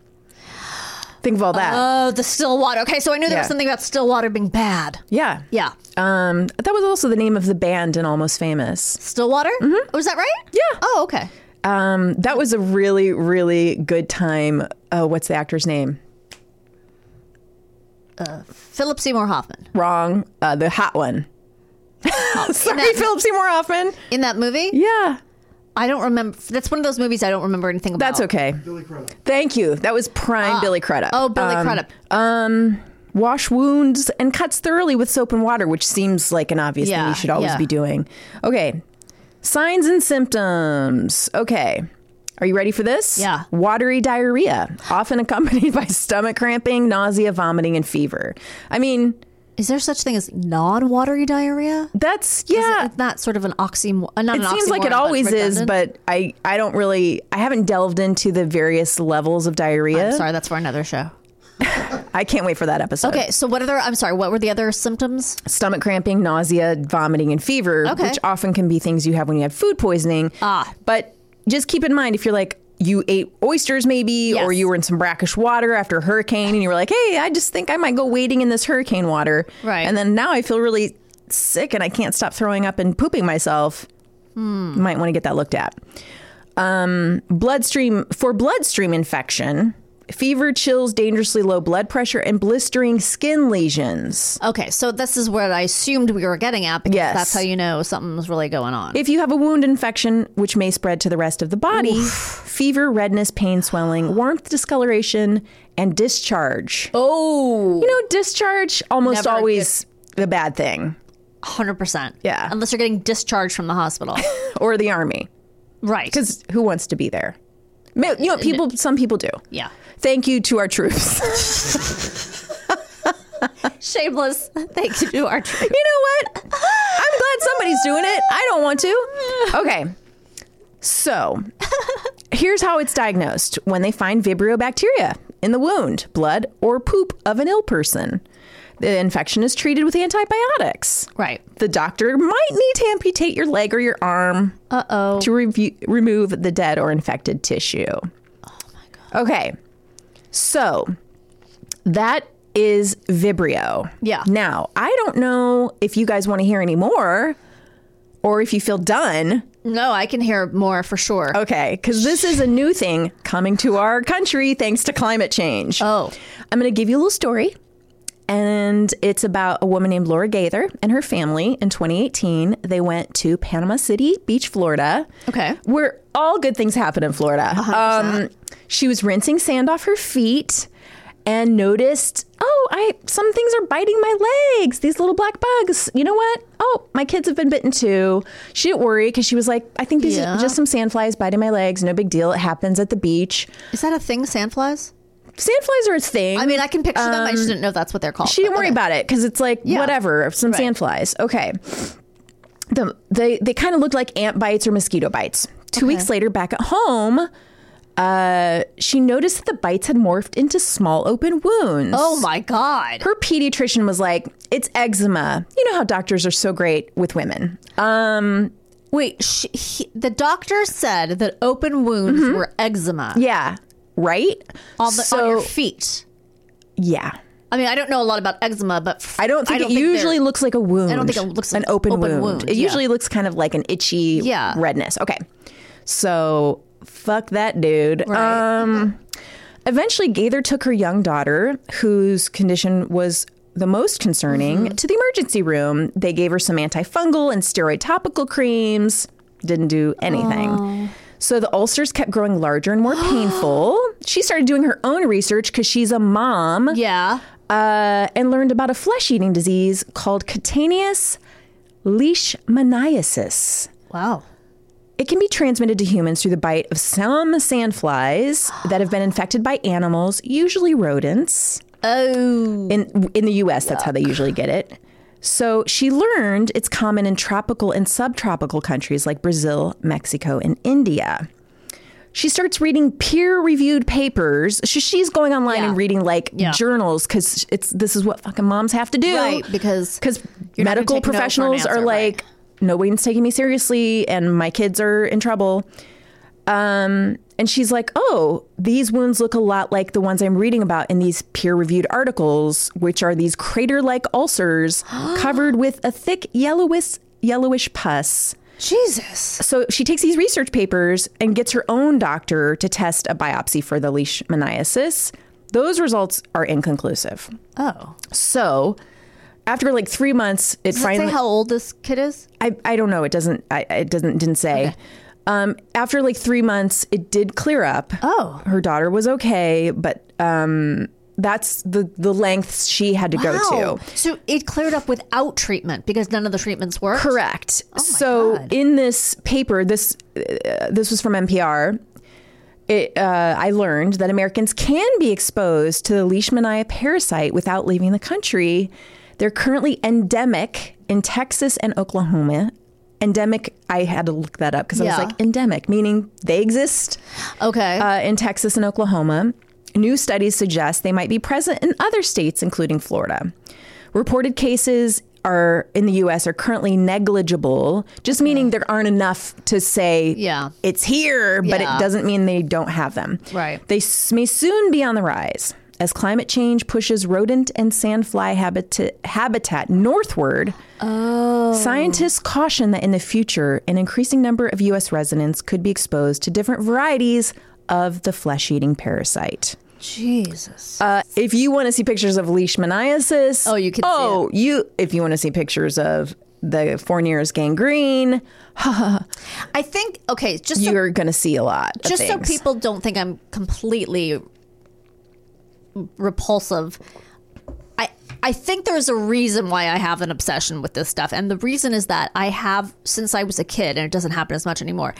[SPEAKER 2] Think of all that.
[SPEAKER 3] Oh, the still water. Okay, so I knew there was
[SPEAKER 2] Yeah.
[SPEAKER 3] something about still water being bad.
[SPEAKER 2] yeah.
[SPEAKER 3] Yeah,
[SPEAKER 2] Um, that was also the name of the band in Almost Famous.
[SPEAKER 3] still water. Mm-hmm. Oh, is that right? Yeah. Oh, okay.
[SPEAKER 2] Um, that was a really, really good time. Uh, what's the actor's name?
[SPEAKER 3] Philip Seymour Hoffman
[SPEAKER 2] Wrong. Uh, the hot one. Sorry, Philip Seymour Hoffman.
[SPEAKER 3] in that movie.
[SPEAKER 2] Yeah,
[SPEAKER 3] I don't remember. That's one of those movies I don't remember anything about.
[SPEAKER 2] that's okay. Billy Crudup. Thank you. That was prime Billy Crudup.
[SPEAKER 3] Oh, Billy
[SPEAKER 2] Um,
[SPEAKER 3] Crudup.
[SPEAKER 2] Wash wounds and cuts thoroughly with soap and water, which seems like an obvious thing
[SPEAKER 3] Yeah,
[SPEAKER 2] you should always
[SPEAKER 3] yeah.
[SPEAKER 2] be doing. Okay. Signs and symptoms. Okay. Are you ready for this?
[SPEAKER 3] Yeah.
[SPEAKER 2] Watery diarrhea, often accompanied by stomach cramping, nausea, vomiting, and fever. I mean,
[SPEAKER 3] Is there such thing as non-watery diarrhea?
[SPEAKER 2] that's, yeah.
[SPEAKER 3] It's not sort of an oxymoron. Not
[SPEAKER 2] it
[SPEAKER 3] an
[SPEAKER 2] seems like
[SPEAKER 3] oxymoron,
[SPEAKER 2] it always is,
[SPEAKER 3] redundant?
[SPEAKER 2] but I, I don't really I haven't delved into the various levels of diarrhea.
[SPEAKER 3] I'm sorry, that's for another show.
[SPEAKER 2] I can't wait for that episode.
[SPEAKER 3] Okay, so what other? I'm sorry, what were the other symptoms?
[SPEAKER 2] Stomach cramping, nausea, vomiting, and fever,
[SPEAKER 3] Okay.
[SPEAKER 2] which often can be things you have when you have food poisoning. Ah. But just keep in mind if you're like you ate oysters maybe or
[SPEAKER 3] Yes.
[SPEAKER 2] you were in some brackish water after a hurricane and you were like, Hey, I just think I might go wading in this hurricane water.
[SPEAKER 3] Right.
[SPEAKER 2] And then now I feel really sick and I can't stop throwing up and pooping myself.
[SPEAKER 3] Hmm.
[SPEAKER 2] You might want to get that looked at. Um, bloodstream for bloodstream infection, fever, chills, dangerously low blood pressure, and blistering skin lesions.
[SPEAKER 3] Okay, so this is what I assumed we were getting at because
[SPEAKER 2] Yes.
[SPEAKER 3] that's how you know something's really going on.
[SPEAKER 2] If you have a wound infection, which may spread to the rest of the body, fever, redness, pain, swelling, warmth, discoloration, and discharge.
[SPEAKER 3] oh,
[SPEAKER 2] You know, discharge almost
[SPEAKER 3] Never
[SPEAKER 2] always the bad thing,
[SPEAKER 3] 100%.
[SPEAKER 2] Yeah.
[SPEAKER 3] Unless you're getting discharged from the hospital.
[SPEAKER 2] or the army,
[SPEAKER 3] right.
[SPEAKER 2] because who wants to be there? Ma- You know, people. Some people do.
[SPEAKER 3] yeah.
[SPEAKER 2] Thank you to our troops.
[SPEAKER 3] Shameless. Thank you to our troops.
[SPEAKER 2] you know what? I'm glad somebody's doing it. I don't want to. Okay. So, here's how it's diagnosed when they find Vibrio bacteria in the wound, blood, or poop of an ill person. The infection is treated with antibiotics.
[SPEAKER 3] Right.
[SPEAKER 2] The doctor might need to amputate your leg or your arm
[SPEAKER 3] Uh-oh.
[SPEAKER 2] to review, remove the dead or infected tissue. Oh my God. Okay. So that is Vibrio.
[SPEAKER 3] Yeah.
[SPEAKER 2] Now, I don't know if you guys want to hear any more or if you feel done.
[SPEAKER 3] No, I can hear more for sure.
[SPEAKER 2] Okay. Because this is a new thing coming to our country thanks to climate change.
[SPEAKER 3] Oh.
[SPEAKER 2] I'm going to give you a little story and it's about a woman named Laura Gaither and her family. In 2018, they went to Panama City Beach, Florida.
[SPEAKER 3] Okay.
[SPEAKER 2] Where all good things happen in Florida. Um, she was rinsing sand off her feet and noticed, oh, I some things are biting my legs. These little black bugs. You know what? Oh, my kids have been bitten too. She didn't worry because she was like, I think these
[SPEAKER 3] Yeah.
[SPEAKER 2] are just some sandflies biting my legs. No big deal. It happens at the beach.
[SPEAKER 3] Is that a thing, sandflies?
[SPEAKER 2] Sandflies are a thing.
[SPEAKER 3] I mean, I can picture them. I just didn't know that's what they're called.
[SPEAKER 2] She didn't
[SPEAKER 3] but
[SPEAKER 2] worry
[SPEAKER 3] okay.
[SPEAKER 2] about it because it's like whatever, some
[SPEAKER 3] Right.
[SPEAKER 2] sandflies. Okay. The, they they kind of looked like ant bites or mosquito bites. Two weeks later, back at home, uh, she noticed that the bites had morphed into small open wounds.
[SPEAKER 3] Oh my God.
[SPEAKER 2] Her pediatrician was like, "It's eczema." You know how doctors are so great with women.
[SPEAKER 3] Wait, she, he, the doctor said that open wounds were eczema
[SPEAKER 2] Mm-hmm. Yeah, right.
[SPEAKER 3] on, the, on your
[SPEAKER 2] So-
[SPEAKER 3] feet.
[SPEAKER 2] yeah,
[SPEAKER 3] I mean, I don't know a lot about eczema, but f-
[SPEAKER 2] I don't think it
[SPEAKER 3] they're-
[SPEAKER 2] usually looks like a wound.
[SPEAKER 3] I don't think it looks
[SPEAKER 2] an
[SPEAKER 3] like
[SPEAKER 2] open,
[SPEAKER 3] open
[SPEAKER 2] wound.
[SPEAKER 3] wound,
[SPEAKER 2] It
[SPEAKER 3] yeah.
[SPEAKER 2] usually looks kind of like an itchy
[SPEAKER 3] Yeah.
[SPEAKER 2] redness. Okay. So fuck that dude.
[SPEAKER 3] Right.
[SPEAKER 2] Um eventually Gaither took her young daughter, whose condition was the most concerning,
[SPEAKER 3] Mm-hmm.
[SPEAKER 2] to the emergency room. They gave her some antifungal and steroid topical creams. Didn't do anything. So the ulcers kept growing larger and more painful. She started doing her own research because she's a mom
[SPEAKER 3] Yeah.
[SPEAKER 2] uh, and learned about a flesh eating disease called cutaneous leishmaniasis.
[SPEAKER 3] Wow.
[SPEAKER 2] It can be transmitted to humans through the bite of some sandflies that have been infected by animals, usually rodents.
[SPEAKER 3] Oh.
[SPEAKER 2] In, in the US, that's how they usually get it. So she learned it's common in tropical and subtropical countries like Brazil, Mexico, and India. She starts reading peer-reviewed papers. So she's going online
[SPEAKER 3] Yeah.
[SPEAKER 2] and reading like
[SPEAKER 3] Yeah.
[SPEAKER 2] journals because it's this is what fucking moms have to do,
[SPEAKER 3] Right, because
[SPEAKER 2] because
[SPEAKER 3] you're not gonna
[SPEAKER 2] medical
[SPEAKER 3] take no for an
[SPEAKER 2] professionals
[SPEAKER 3] answer,
[SPEAKER 2] are
[SPEAKER 3] right.
[SPEAKER 2] like, no one's taking me seriously, and my kids are in trouble. Um, and she's like, oh, these wounds look a lot like the ones I'm reading about in these peer reviewed articles, which are these crater like ulcers covered with a thick yellowish, yellowish pus.
[SPEAKER 3] Jesus.
[SPEAKER 2] So she takes these research papers and gets her own doctor to test a biopsy for the leishmaniasis. Those results are inconclusive.
[SPEAKER 3] Oh.
[SPEAKER 2] So after like three months, it
[SPEAKER 3] Does it
[SPEAKER 2] finally
[SPEAKER 3] say how old this kid is?
[SPEAKER 2] I, I don't know. It doesn't. I, I- it doesn't. Didn't say. Um, after like three months, it did clear up.
[SPEAKER 3] Oh.
[SPEAKER 2] her daughter was okay, but um, that's the the lengths she had to go
[SPEAKER 3] Wow.
[SPEAKER 2] to.
[SPEAKER 3] So it cleared up without treatment because none of the treatments worked.
[SPEAKER 2] Correct. so in this paper, this uh, this was from NPR. It, uh, I learned that Americans can be exposed to the Leishmania parasite without leaving the country. They're currently endemic in Texas and Oklahoma. Endemic, I had to look that up because I
[SPEAKER 3] Yeah.
[SPEAKER 2] was like, endemic, meaning they exist
[SPEAKER 3] Okay.
[SPEAKER 2] uh, in Texas and Oklahoma. New studies suggest they might be present in other states, including Florida. Reported cases are in the U.S. are currently negligible, just meaning there aren't enough to say
[SPEAKER 3] Yeah.
[SPEAKER 2] it's here, but
[SPEAKER 3] Yeah.
[SPEAKER 2] it doesn't mean they don't have them.
[SPEAKER 3] Right.
[SPEAKER 2] They s- may soon be on the rise as climate change pushes rodent and sandfly habita- habitat northward.
[SPEAKER 3] Oh.
[SPEAKER 2] Scientists caution that in the future, an increasing number of U.S. residents could be exposed to different varieties of the flesh eating parasite.
[SPEAKER 3] Jesus.
[SPEAKER 2] Uh, if you want to see pictures of leishmaniasis,
[SPEAKER 3] Oh, you can see
[SPEAKER 2] Oh, you. If you want to see pictures of the Fournier's gangrene,
[SPEAKER 3] I think, okay, just so
[SPEAKER 2] you're going to see a lot. of
[SPEAKER 3] just
[SPEAKER 2] things.
[SPEAKER 3] so people don't think I'm completely repulsive. I I think there's a reason why I have an obsession with this stuff, and the reason is that I have since I was a kid, and it doesn't happen as much anymore.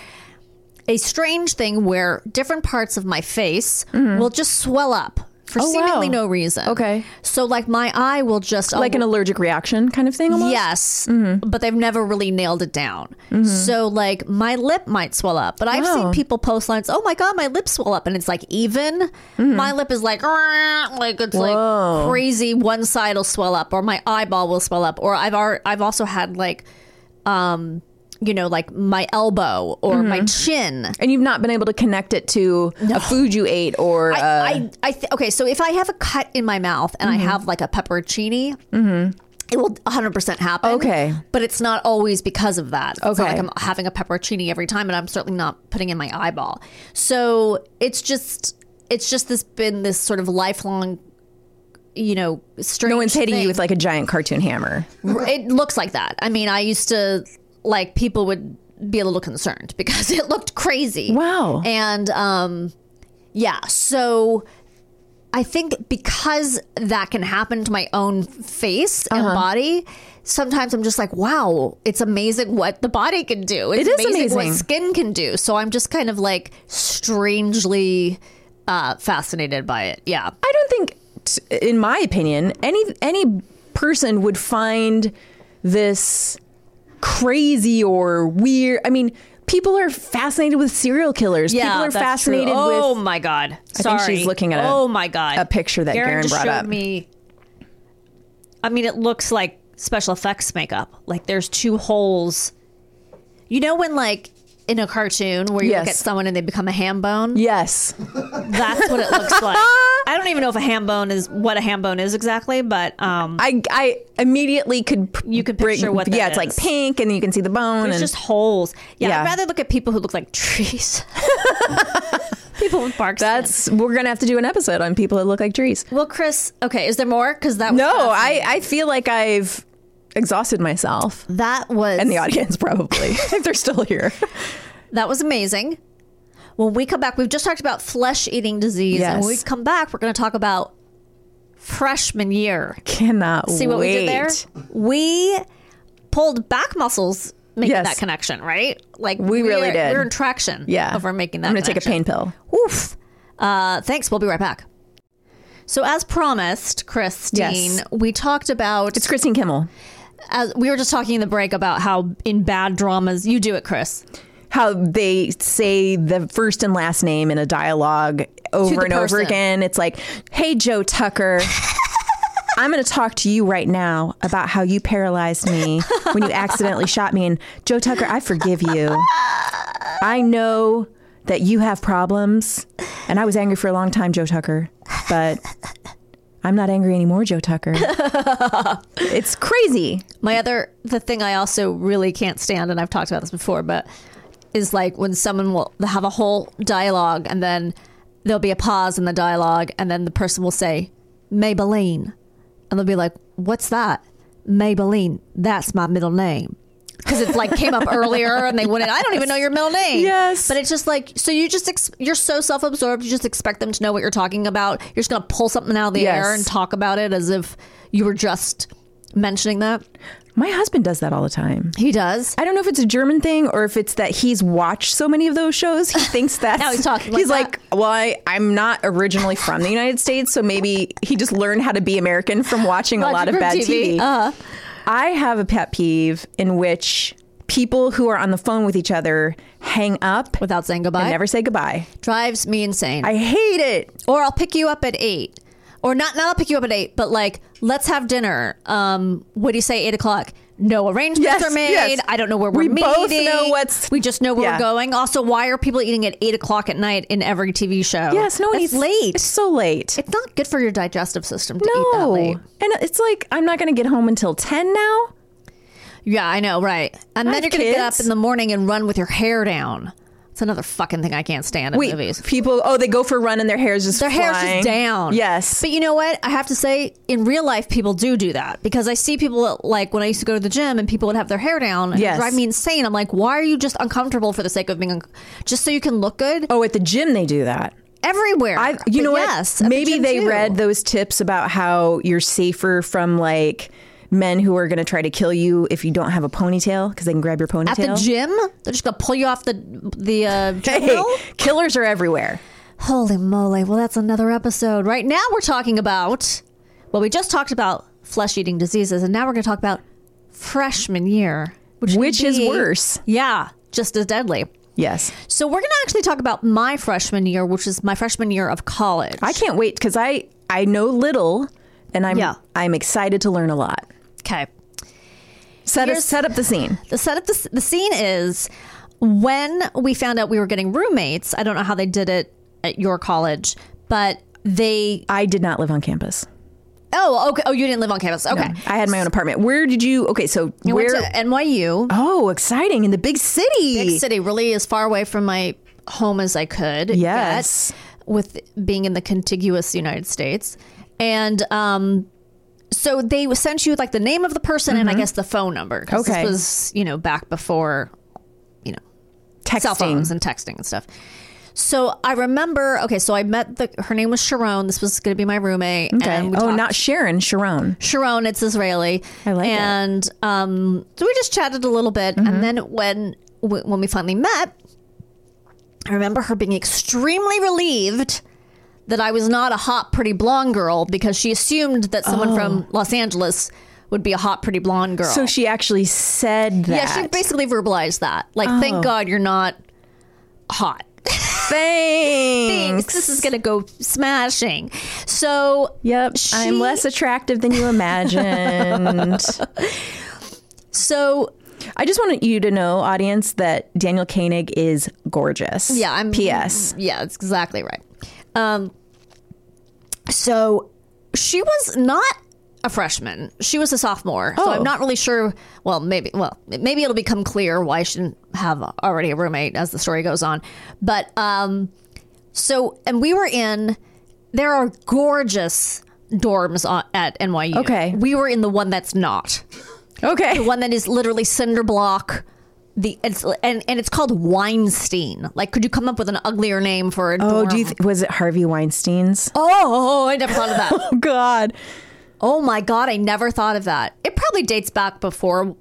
[SPEAKER 3] A strange thing where different parts of my face will just swell up for
[SPEAKER 2] Mm-hmm. Oh,
[SPEAKER 3] seemingly
[SPEAKER 2] wow.
[SPEAKER 3] no reason.
[SPEAKER 2] Okay.
[SPEAKER 3] so like my eye will just
[SPEAKER 2] like an allergic reaction kind of thing. Almost?
[SPEAKER 3] Yes, but they've never really nailed it down. So, like, my lip might swell up, but I've seen people post lines, "Oh my god, my lips swell up," and it's like even. My lip is like, "Argh," like it's like crazy. One side will swell up, or my eyeball will swell up, or I've ar- I've also had like, um, you know, like my elbow or my chin.
[SPEAKER 2] and you've not been able to connect it to a food you ate or
[SPEAKER 3] I,
[SPEAKER 2] uh,
[SPEAKER 3] I, I th- okay. So if I have a cut in my mouth and
[SPEAKER 2] Mm-hmm.
[SPEAKER 3] I have like a pepperoncini, it will 100 percent happen.
[SPEAKER 2] Okay.
[SPEAKER 3] but it's not always because of that. It's not
[SPEAKER 2] Okay.
[SPEAKER 3] like I'm having a pepperoncini every time, and I'm certainly not putting in my eyeball. So it's just, it's just this been this sort of lifelong you know, strange.
[SPEAKER 2] No one's hitting
[SPEAKER 3] thing.
[SPEAKER 2] you with like a giant cartoon hammer.
[SPEAKER 3] It looks like that. I mean, I used to like people would be a little concerned because it looked crazy.
[SPEAKER 2] Wow.
[SPEAKER 3] And um yeah, so I think because that can happen to my own face
[SPEAKER 2] Uh-huh.
[SPEAKER 3] and body, sometimes I'm just like, wow, it's amazing what the body can do. It's
[SPEAKER 2] It is
[SPEAKER 3] what
[SPEAKER 2] amazing.
[SPEAKER 3] skin can do. So I'm just kind of like strangely uh fascinated by it. Yeah.
[SPEAKER 2] I don't think, t- in my opinion, any any person would find this crazy or weird. I mean, people are fascinated with serial killers.
[SPEAKER 3] Yeah,
[SPEAKER 2] people are
[SPEAKER 3] that's
[SPEAKER 2] fascinated
[SPEAKER 3] true. Oh
[SPEAKER 2] with.
[SPEAKER 3] my god! Sorry,
[SPEAKER 2] think she's looking at a-
[SPEAKER 3] oh my god
[SPEAKER 2] a picture that Garen
[SPEAKER 3] just
[SPEAKER 2] brought
[SPEAKER 3] showed
[SPEAKER 2] up.
[SPEAKER 3] Me, I mean, it looks like special effects makeup. Like there's two holes. You know when like in a cartoon where you look at
[SPEAKER 2] Yes.
[SPEAKER 3] someone and they become a ham bone.
[SPEAKER 2] Yes,
[SPEAKER 3] That's what it looks like. I don't even know if a ham bone is what a ham bone is exactly, but um,
[SPEAKER 2] I I immediately could. p-
[SPEAKER 3] You could
[SPEAKER 2] bring-
[SPEAKER 3] picture what
[SPEAKER 2] Yeah,
[SPEAKER 3] that
[SPEAKER 2] it's like
[SPEAKER 3] is.
[SPEAKER 2] pink, and you can see the bone.
[SPEAKER 3] there's
[SPEAKER 2] And
[SPEAKER 3] just holes. Yeah,
[SPEAKER 2] Yeah.
[SPEAKER 3] I'd rather look at people who look like trees. people with bark. skin.
[SPEAKER 2] that's we're gonna have to do an episode on people that look like trees.
[SPEAKER 3] well, Chris. Okay, is there more? Because that was
[SPEAKER 2] No,
[SPEAKER 3] fascinating.
[SPEAKER 2] I I feel like I've exhausted myself
[SPEAKER 3] That was
[SPEAKER 2] and the audience probably if they're still here.
[SPEAKER 3] that was amazing. When we come back, we've just talked about flesh eating disease. And when we
[SPEAKER 2] Yes.
[SPEAKER 3] come back, we're going to talk about freshman year.
[SPEAKER 2] Cannot
[SPEAKER 3] See what
[SPEAKER 2] wait.
[SPEAKER 3] we did there? We pulled back muscles making
[SPEAKER 2] Yes.
[SPEAKER 3] that connection, right? Like
[SPEAKER 2] We really
[SPEAKER 3] are-
[SPEAKER 2] did.
[SPEAKER 3] We're in traction
[SPEAKER 2] Yeah,
[SPEAKER 3] over making that
[SPEAKER 2] I'm gonna take a pain
[SPEAKER 3] connection.
[SPEAKER 2] pill.
[SPEAKER 3] Oof. Uh, thanks. We'll be right back. So, as promised, Christine,
[SPEAKER 2] Yes.
[SPEAKER 3] we talked about
[SPEAKER 2] It's Christine Kimmel.
[SPEAKER 3] as we were just talking in the break about how in bad dramas you do it, Chris.
[SPEAKER 2] How they say the first and last name in a dialogue
[SPEAKER 3] To the
[SPEAKER 2] over and over
[SPEAKER 3] person.
[SPEAKER 2] again. It's like, "Hey, Joe Tucker." I'm going to talk to you right now about how you paralyzed me when you accidentally shot me. And Joe Tucker, I forgive you. I know that you have problems, and I was angry for a long time, Joe Tucker, but I'm not angry anymore, Joe Tucker. it's crazy.
[SPEAKER 3] My other the thing I also really can't stand, and I've talked about this before, but is like when someone will have a whole dialogue and then there'll be a pause in the dialogue and then the person will say, Maybelline. And they'll be like, What's that? Maybelline, that's my middle name. Because it's like came up earlier and they wouldn't, I don't even know your middle name.
[SPEAKER 2] Yes.
[SPEAKER 3] But it's just like, so you just, ex- you're so self absorbed, you just expect them to know what you're talking about. You're just going to pull something out of the
[SPEAKER 2] Yes.
[SPEAKER 3] air and talk about it as if you were just mentioning that.
[SPEAKER 2] My husband does that all the time.
[SPEAKER 3] He does.
[SPEAKER 2] I don't know if it's a German thing or if it's that he's watched so many of those shows. He thinks that
[SPEAKER 3] Now he's talking like
[SPEAKER 2] he's
[SPEAKER 3] that.
[SPEAKER 2] like, well, I, I'm not originally from the United States, so maybe he just learned how to be American from watching a lot of
[SPEAKER 3] from
[SPEAKER 2] bad TV.
[SPEAKER 3] Uh,
[SPEAKER 2] I have a pet peeve in which people who are on the phone with each other hang up
[SPEAKER 3] without saying
[SPEAKER 2] and
[SPEAKER 3] goodbye.
[SPEAKER 2] never say goodbye.
[SPEAKER 3] drives me insane.
[SPEAKER 2] I hate it.
[SPEAKER 3] or I'll pick you up at eight. Or not, not I'll pick you up at eight, but like, let's have dinner. Um, what do you say, eight o'clock? No arrangements
[SPEAKER 2] Yes,
[SPEAKER 3] are made.
[SPEAKER 2] yes.
[SPEAKER 3] I don't know where we're
[SPEAKER 2] We
[SPEAKER 3] meeting.
[SPEAKER 2] both know what's-
[SPEAKER 3] We just know where we're
[SPEAKER 2] Yeah.
[SPEAKER 3] going. Also, why are people eating at eight o'clock at night in every TV show?
[SPEAKER 2] Yes, no one
[SPEAKER 3] Oh, That's
[SPEAKER 2] eats It's
[SPEAKER 3] late. It's,
[SPEAKER 2] so late.
[SPEAKER 3] not good for your digestive system to eat that
[SPEAKER 2] no,
[SPEAKER 3] late.
[SPEAKER 2] and it's like I'm not going to get home until ten now.
[SPEAKER 3] Yeah, I know, right? And then
[SPEAKER 2] have
[SPEAKER 3] you're gonna get up
[SPEAKER 2] kids.
[SPEAKER 3] in the morning and run with your hair down. It's another fucking thing I can't stand in
[SPEAKER 2] Wait,
[SPEAKER 3] movies.
[SPEAKER 2] people. Oh, they go for a run and their hair's just
[SPEAKER 3] Their hair's
[SPEAKER 2] flying.
[SPEAKER 3] just down.
[SPEAKER 2] Yes,
[SPEAKER 3] But you know what? I have to say, in real life, people do do that because I see people like when I used to go to the gym and people would have their hair down and
[SPEAKER 2] Yes.
[SPEAKER 3] it drive me insane. I'm like, why are you just uncomfortable for the sake of being un- just so you can look good
[SPEAKER 2] Oh, at the gym they do that.
[SPEAKER 3] everywhere?
[SPEAKER 2] I, you
[SPEAKER 3] But
[SPEAKER 2] know
[SPEAKER 3] yes, at
[SPEAKER 2] what?
[SPEAKER 3] the
[SPEAKER 2] Maybe
[SPEAKER 3] gym
[SPEAKER 2] they
[SPEAKER 3] too.
[SPEAKER 2] read those tips about how you're safer from like men who are going to try to kill you if you don't have a ponytail because they can grab your ponytail.
[SPEAKER 3] at the gym. They're just gonna pull you off the the uh,
[SPEAKER 2] Hey,
[SPEAKER 3] treadmill.
[SPEAKER 2] killers are everywhere.
[SPEAKER 3] Holy moly. Well, that's another episode. Right now, we're talking about, well, we just talked about flesh eating diseases, and now we're going to talk about freshman year, which, can
[SPEAKER 2] Which is
[SPEAKER 3] be-
[SPEAKER 2] worse.
[SPEAKER 3] Yeah, just as deadly.
[SPEAKER 2] Yes.
[SPEAKER 3] So, we're going to actually talk about my freshman year, which is my freshman year of college.
[SPEAKER 2] I can't wait because I I know little and I'm
[SPEAKER 3] Yeah.
[SPEAKER 2] I'm excited to learn a lot.
[SPEAKER 3] okay.
[SPEAKER 2] Set us,
[SPEAKER 3] Here's-
[SPEAKER 2] set up the scene.
[SPEAKER 3] the setup the, the scene is when we found out we were getting roommates i don't know how they did it at your college but they
[SPEAKER 2] I did not live on campus.
[SPEAKER 3] oh okay oh you didn't live on campus okay
[SPEAKER 2] I had my own apartment. Where did you? Okay, so
[SPEAKER 3] I
[SPEAKER 2] where?
[SPEAKER 3] went to NYU.
[SPEAKER 2] oh, exciting in the big city.
[SPEAKER 3] big city, really as far away from my home as I could.
[SPEAKER 2] Yes.
[SPEAKER 3] get with being in the contiguous United States. and um, so they sent you like the name of the person and I guess the phone number. 'cause
[SPEAKER 2] Mm-hmm. Okay.
[SPEAKER 3] this was you know back before you know cell phones
[SPEAKER 2] Texting.
[SPEAKER 3] and texting and stuff. So I remember. Okay, so I met the. Her name was Sharon. This was going to be my roommate.
[SPEAKER 2] Okay.
[SPEAKER 3] And we
[SPEAKER 2] Oh,
[SPEAKER 3] talked-
[SPEAKER 2] not Sharon, Sharon.
[SPEAKER 3] Sharon, it's Israeli.
[SPEAKER 2] I like it. Mm-hmm.
[SPEAKER 3] and, um, so we just chatted a little bit, and then when w- when we finally met, I remember her being extremely relieved that I was not a hot, pretty blonde girl because she assumed that someone from Los Angeles would be a hot, pretty blonde girl.
[SPEAKER 2] Oh. So she actually said that. Oh.
[SPEAKER 3] yeah, she basically verbalized that. Like, thank God you're not hot.
[SPEAKER 2] Thanks.
[SPEAKER 3] This is gonna go smashing. So
[SPEAKER 2] Yep. I'm
[SPEAKER 3] She-
[SPEAKER 2] less attractive than you imagined.
[SPEAKER 3] so
[SPEAKER 2] I just wanted you to know, audience, that Daniel Koenig is gorgeous.
[SPEAKER 3] Yeah, I'm.
[SPEAKER 2] P.S.
[SPEAKER 3] Yeah, that's exactly right. Um, so she was not a freshman; she was a sophomore. So I'm not really sure. Well, maybe. Well, maybe it'll become clear why she didn't have already a roommate as the story goes on. But um, so and we were in. There are gorgeous dorms on, at NYU.
[SPEAKER 2] Okay.
[SPEAKER 3] we were in the one that's not Mm-hmm.
[SPEAKER 2] Okay.
[SPEAKER 3] one that is literally cinder block. The it's and and it's called Weinstein. Like, could you come up with an uglier name for a
[SPEAKER 2] Oh,
[SPEAKER 3] dorm?
[SPEAKER 2] do you th- was it Harvey Weinstein's?
[SPEAKER 3] oh, oh, oh, I never thought of that.
[SPEAKER 2] Oh God.
[SPEAKER 3] oh my god, I never thought of that. It probably dates back before.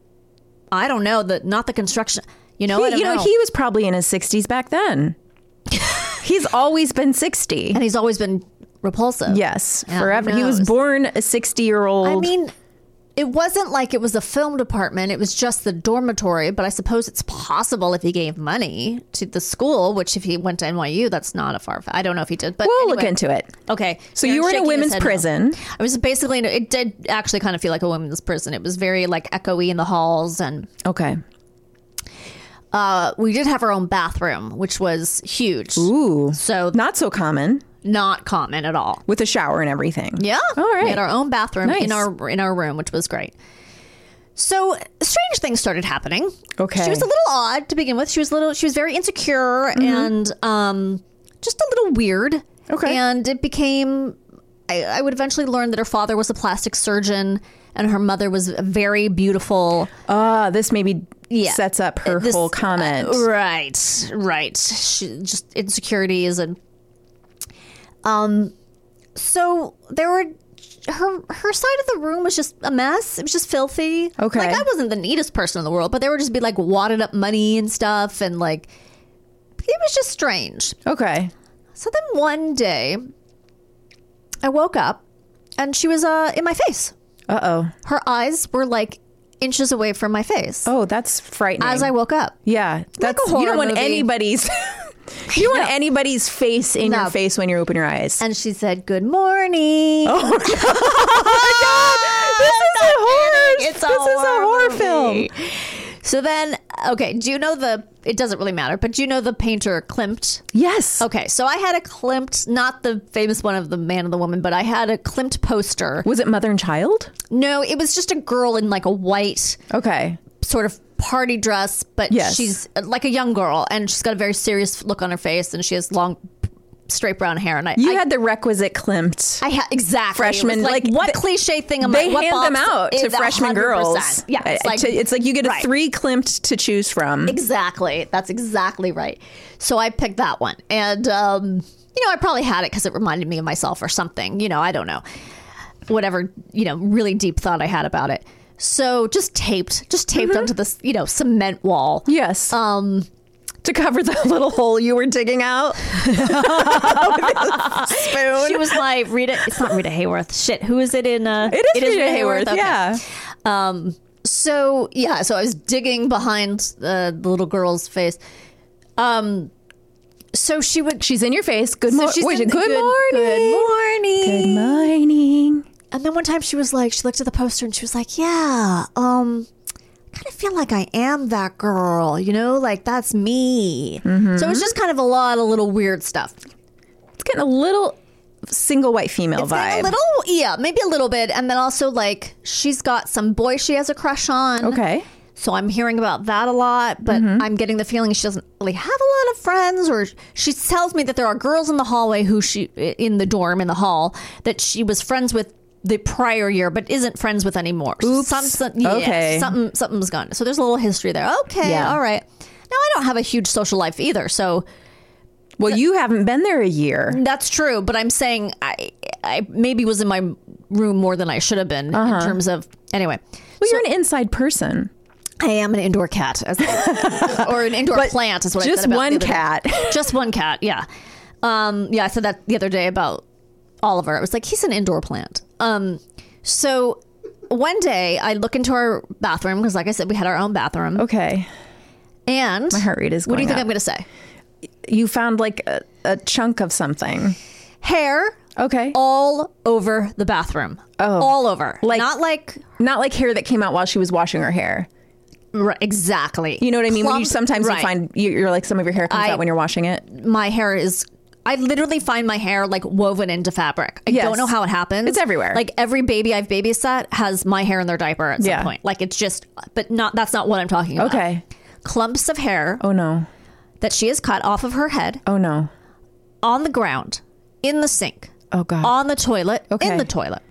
[SPEAKER 3] I don't know the not the construction. You know, Oh, I
[SPEAKER 2] He,
[SPEAKER 3] don't
[SPEAKER 2] you know, he was probably in his 60s back then. He's always been 60.
[SPEAKER 3] and he's always been repulsive.
[SPEAKER 2] Yes,
[SPEAKER 3] Yeah, who
[SPEAKER 2] forever. He was
[SPEAKER 3] knows?
[SPEAKER 2] born a 60 year old.
[SPEAKER 3] I mean, it wasn't like it was a film department. It was just the dormitory. But I suppose it's possible if he gave money to the school, which if he went to NYU, that's not a far. I don't know if he did, but
[SPEAKER 2] we'll
[SPEAKER 3] anyway.
[SPEAKER 2] look into it.
[SPEAKER 3] Okay.
[SPEAKER 2] So you were in a
[SPEAKER 3] shaking his
[SPEAKER 2] women's
[SPEAKER 3] head no.
[SPEAKER 2] prison.
[SPEAKER 3] I was basically, in a- it did actually kind of feel like a women's prison. It was very like echoey in the halls. And
[SPEAKER 2] Okay.
[SPEAKER 3] uh, we did have our own bathroom, which was huge.
[SPEAKER 2] Ooh.
[SPEAKER 3] So
[SPEAKER 2] Not so common
[SPEAKER 3] not common at all.
[SPEAKER 2] with a shower and everything.
[SPEAKER 3] Yeah.
[SPEAKER 2] All right.
[SPEAKER 3] We had our own bathroom
[SPEAKER 2] Nice.
[SPEAKER 3] in our in our room, which was great. So strange things started happening.
[SPEAKER 2] Okay. Mm-hmm.
[SPEAKER 3] She was a little odd to begin with. She was a little she was very insecure and um just a little weird.
[SPEAKER 2] Okay.
[SPEAKER 3] And it became I, I would eventually learn that her father was a plastic surgeon and her mother was very beautiful.
[SPEAKER 2] Ah, this maybe
[SPEAKER 3] Yeah.
[SPEAKER 2] sets up her
[SPEAKER 3] This- uh,
[SPEAKER 2] whole comment.
[SPEAKER 3] Right, right. She, just insecurities and um. So there were her her side of the room was just a mess. It was just filthy.
[SPEAKER 2] Okay.
[SPEAKER 3] like I wasn't the neatest person in the world, but there would just be like wadded up money and stuff, and like it was just strange.
[SPEAKER 2] okay.
[SPEAKER 3] So then one day, I woke up, and she was uh in my face.
[SPEAKER 2] Uh oh.
[SPEAKER 3] Her eyes were like inches away from my face
[SPEAKER 2] Oh, that's frightening.
[SPEAKER 3] as I woke up.
[SPEAKER 2] yeah, that's
[SPEAKER 3] a
[SPEAKER 2] you
[SPEAKER 3] horror
[SPEAKER 2] don't want
[SPEAKER 3] movie.
[SPEAKER 2] anybody's. you don't want anybody's face in your
[SPEAKER 3] No.
[SPEAKER 2] face when you open your eyes.
[SPEAKER 3] And she said, Good morning.
[SPEAKER 2] Oh this is a horror.
[SPEAKER 3] It's a
[SPEAKER 2] Oh this is a
[SPEAKER 3] horror
[SPEAKER 2] horror
[SPEAKER 3] movie.
[SPEAKER 2] film.
[SPEAKER 3] So then, okay, do you know the, it doesn't really matter, but do you know the painter Klimt?
[SPEAKER 2] Yes.
[SPEAKER 3] Okay, so I had a Klimt, not the famous one of the man and the woman, but I had a Klimt poster.
[SPEAKER 2] Was it mother and child?
[SPEAKER 3] No, it was just a girl in like a white
[SPEAKER 2] Okay.
[SPEAKER 3] sort of party dress, but
[SPEAKER 2] Yes.
[SPEAKER 3] she's like a young girl and she's got a very serious look on her face and she has long, straight brown hair. And I,
[SPEAKER 2] You
[SPEAKER 3] I,
[SPEAKER 2] had the requisite Klimt.
[SPEAKER 3] I ha- exactly It was
[SPEAKER 2] freshmen,
[SPEAKER 3] Like,
[SPEAKER 2] like,
[SPEAKER 3] what
[SPEAKER 2] th-
[SPEAKER 3] cliche thing am I?
[SPEAKER 2] they
[SPEAKER 3] what
[SPEAKER 2] hand them
[SPEAKER 3] box
[SPEAKER 2] out to
[SPEAKER 3] is
[SPEAKER 2] freshman
[SPEAKER 3] 100%?
[SPEAKER 2] girls.
[SPEAKER 3] Yeah, it's
[SPEAKER 2] I-
[SPEAKER 3] like,
[SPEAKER 2] to- it's like you get a
[SPEAKER 3] right.
[SPEAKER 2] three Klimt to choose from.
[SPEAKER 3] Exactly. That's exactly right. So I picked that one. And, um, you know, I probably had it because it reminded me of myself or something. You know, I don't know. Whatever, you know, really deep thought I had about it. So just taped, just taped
[SPEAKER 2] Mm-hmm.
[SPEAKER 3] onto this, you know, cement wall.
[SPEAKER 2] Yes.
[SPEAKER 3] Uh,
[SPEAKER 2] Um, to cover the little hole you were digging out. spoon.
[SPEAKER 3] She was like, Rita, it's not Rita Hayworth. Shit, who is it in? Uh,
[SPEAKER 2] it is Rita Hayworth.
[SPEAKER 3] okay.
[SPEAKER 2] Yeah.
[SPEAKER 3] Um, So yeah, so I was digging behind uh, the little girl's face. Um, so she would.
[SPEAKER 2] She's in your face. Good, mo-
[SPEAKER 3] so she's
[SPEAKER 2] wait,
[SPEAKER 3] in the-
[SPEAKER 2] good,
[SPEAKER 3] Good
[SPEAKER 2] morning. Good
[SPEAKER 3] morning.
[SPEAKER 2] morning.
[SPEAKER 3] And then one time she was like, she looked at the poster and she was like, yeah, um, I kind of feel like I am that girl, you know, like that's me.
[SPEAKER 2] Mm-hmm.
[SPEAKER 3] So it was just kind of a lot of little weird stuff.
[SPEAKER 2] It's getting a little single white female
[SPEAKER 3] Like
[SPEAKER 2] vibe.
[SPEAKER 3] a little, yeah, maybe a little bit. And then also like she's got some boy she has a crush on.
[SPEAKER 2] okay.
[SPEAKER 3] So I'm hearing about that a lot, but
[SPEAKER 2] Mm-hmm.
[SPEAKER 3] I'm getting the feeling she doesn't really have a lot of friends, or she tells me that there are girls in the hallway who she, in the dorm, in the hall, that she was friends with the prior year, but isn't friends with anymore. Oops. Some, some, yeah,
[SPEAKER 2] Okay.
[SPEAKER 3] Something, something's gone. So there's a little history there. Okay.
[SPEAKER 2] Yeah.
[SPEAKER 3] All right. Now I don't have a huge social life either. So
[SPEAKER 2] Well, you haven't been there a year.
[SPEAKER 3] that's true, but I'm saying I, I maybe was in my room more than I should have been in
[SPEAKER 2] Uh-huh.
[SPEAKER 3] terms of anyway.
[SPEAKER 2] Well, you're an inside person.
[SPEAKER 3] I am an indoor cat, as, or an indoor plant is what I
[SPEAKER 2] Just
[SPEAKER 3] said about the
[SPEAKER 2] one
[SPEAKER 3] other day.
[SPEAKER 2] cat.
[SPEAKER 3] Just one cat, yeah, um, yeah. I said that the other day about Oliver. It was like he's an indoor plant. Um, so one day I look into our bathroom because, like I said, we had our own bathroom.
[SPEAKER 2] Okay.
[SPEAKER 3] And
[SPEAKER 2] Oh,
[SPEAKER 3] my
[SPEAKER 2] heart rate is
[SPEAKER 3] What do you
[SPEAKER 2] going
[SPEAKER 3] think
[SPEAKER 2] up.
[SPEAKER 3] I'm going to say?
[SPEAKER 2] You found like a, a chunk of something.
[SPEAKER 3] Hair
[SPEAKER 2] Okay.
[SPEAKER 3] all over the bathroom. Oh, all over.
[SPEAKER 2] Like-
[SPEAKER 3] not like
[SPEAKER 2] Not like hair that came out while she was washing her hair.
[SPEAKER 3] Right, exactly.
[SPEAKER 2] You know what I mean? when you
[SPEAKER 3] Clump-
[SPEAKER 2] sometimes
[SPEAKER 3] right.
[SPEAKER 2] you find you, you're like some of your hair comes
[SPEAKER 3] I-
[SPEAKER 2] out when you're washing it.
[SPEAKER 3] my hair is. I literally find my hair like woven into fabric. I
[SPEAKER 2] Yes.
[SPEAKER 3] don't know how it happens.
[SPEAKER 2] It's everywhere.
[SPEAKER 3] Like every baby I've babysat has my hair in their diaper at some
[SPEAKER 2] Yeah.
[SPEAKER 3] point. Like it's just, but not. That's not what I'm talking about.
[SPEAKER 2] Okay.
[SPEAKER 3] Clumps of hair
[SPEAKER 2] Oh no.
[SPEAKER 3] that she has cut off of her head
[SPEAKER 2] Oh no.
[SPEAKER 3] on the ground, in the sink,
[SPEAKER 2] Oh god.
[SPEAKER 3] on the toilet,
[SPEAKER 2] Okay.
[SPEAKER 3] in the toilet.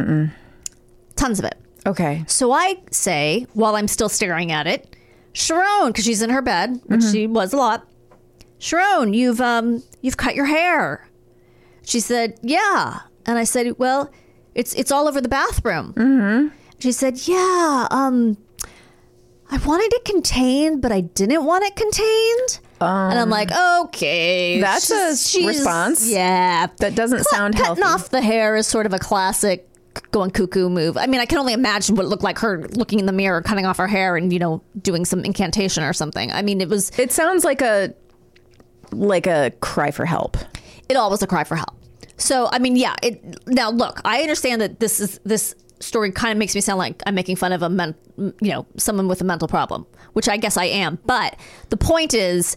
[SPEAKER 3] Mm-mm. Tons of it.
[SPEAKER 2] okay.
[SPEAKER 3] So I say, while I'm still staring at it, Sharon, because she's in her bed, which
[SPEAKER 2] Mm-hmm.
[SPEAKER 3] she was a lot. Sharon, you've um, you've cut your hair. She said, "Yeah," and I said, "Well, it's it's all over the bathroom." Mm-hmm. She said, "Yeah, um, I wanted it contained, but I didn't want it contained." and I'm like, "Okay,
[SPEAKER 2] Um, That's a response.
[SPEAKER 3] Yeah,
[SPEAKER 2] That doesn't
[SPEAKER 3] Cut-
[SPEAKER 2] sound
[SPEAKER 3] cutting
[SPEAKER 2] healthy.
[SPEAKER 3] off the hair is sort of a classic going cuckoo move. I mean, I can only imagine what it looked like her looking in the mirror, cutting off her hair, and you know, doing some incantation or something. I mean, it was
[SPEAKER 2] It sounds like a like a cry for help.
[SPEAKER 3] it all was a cry for help. So, I mean, yeah. It now look, I understand that this is this story kind of makes me sound like I'm making fun of a men, you know someone with a mental problem, which I guess I am. But the point is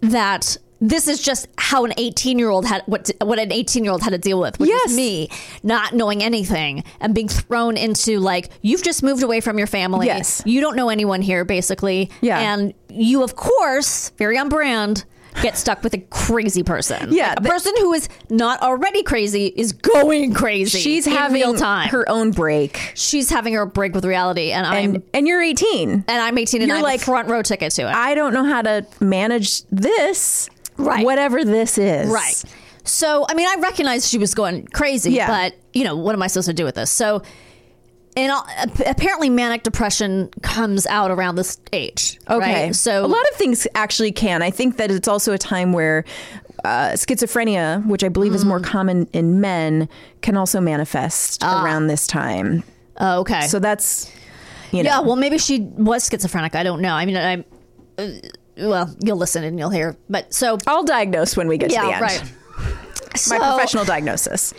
[SPEAKER 3] that. This is just how an 18 year old had what what an 18 year old had to deal with, which
[SPEAKER 2] Yes.
[SPEAKER 3] is me not knowing anything and being thrown into like you've just moved away from your family,
[SPEAKER 2] Yes.
[SPEAKER 3] you don't know anyone here basically,
[SPEAKER 2] Yeah.
[SPEAKER 3] and you of course very on brand get stuck with a crazy person.
[SPEAKER 2] Yeah,
[SPEAKER 3] Like, a
[SPEAKER 2] the-
[SPEAKER 3] person who is not already crazy is going crazy.
[SPEAKER 2] She's
[SPEAKER 3] in
[SPEAKER 2] having
[SPEAKER 3] real time.
[SPEAKER 2] her own break.
[SPEAKER 3] She's having her break with reality, and I'm
[SPEAKER 2] And
[SPEAKER 3] and,
[SPEAKER 2] and you're 18.
[SPEAKER 3] I'm 18, and
[SPEAKER 2] You're
[SPEAKER 3] I'm
[SPEAKER 2] like-
[SPEAKER 3] like front row ticket to it.
[SPEAKER 2] I don't know how to manage this.
[SPEAKER 3] Right.
[SPEAKER 2] Whatever this is.
[SPEAKER 3] right. So I mean, I recognized she was going crazy,
[SPEAKER 2] Yeah.
[SPEAKER 3] but you know, what am I supposed to do with this? So. And I'll- ap- apparently, manic depression comes out around this age.
[SPEAKER 2] Okay.
[SPEAKER 3] right? so
[SPEAKER 2] a lot of things actually can. I think that it's also a time where uh, schizophrenia, which I believe is
[SPEAKER 3] Mm.
[SPEAKER 2] more common in men, can also manifest
[SPEAKER 3] Ah.
[SPEAKER 2] around this time.
[SPEAKER 3] oh, okay.
[SPEAKER 2] So that's you know
[SPEAKER 3] yeah, well, maybe she was schizophrenic. I don't know. I mean, I, uh, well, you'll listen and you'll hear. But so,
[SPEAKER 2] I'll diagnose when we get to the
[SPEAKER 3] yeah,
[SPEAKER 2] end.
[SPEAKER 3] right.
[SPEAKER 2] My
[SPEAKER 3] So-
[SPEAKER 2] professional diagnosis.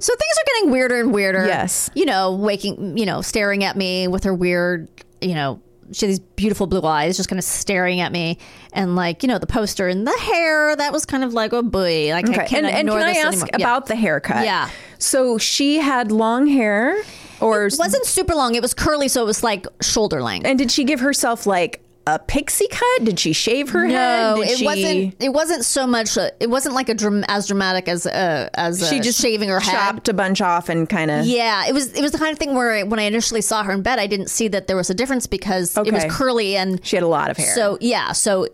[SPEAKER 3] So things are getting weirder and weirder.
[SPEAKER 2] Yes.
[SPEAKER 3] You know, waking, you know, staring at me with her weird, you know, she had these beautiful blue eyes just kind of staring at me. And like, you know, the poster and the hair, that was kind of like, oh boy. Like, I
[SPEAKER 2] Okay. and
[SPEAKER 3] can't
[SPEAKER 2] and
[SPEAKER 3] ignore
[SPEAKER 2] can I
[SPEAKER 3] this
[SPEAKER 2] ask
[SPEAKER 3] anymore. Yeah.
[SPEAKER 2] about the haircut?
[SPEAKER 3] Yeah.
[SPEAKER 2] So she had long hair or
[SPEAKER 3] It wasn't super long. It was curly, so it was like shoulder length.
[SPEAKER 2] and did she give herself like a pixie cut? Did she shave her head?
[SPEAKER 3] no,
[SPEAKER 2] Did
[SPEAKER 3] it
[SPEAKER 2] she-
[SPEAKER 3] wasn't. It wasn't so much. A, it wasn't like a dram- as dramatic as uh, as uh,
[SPEAKER 2] She just
[SPEAKER 3] shaving her head.
[SPEAKER 2] chopped a bunch off and kind of
[SPEAKER 3] Yeah, it was it was the kind of thing where when I initially saw her in bed, I didn't see that there was a difference because it was
[SPEAKER 2] Okay.
[SPEAKER 3] curly and
[SPEAKER 2] She had a lot of hair.
[SPEAKER 3] So yeah, so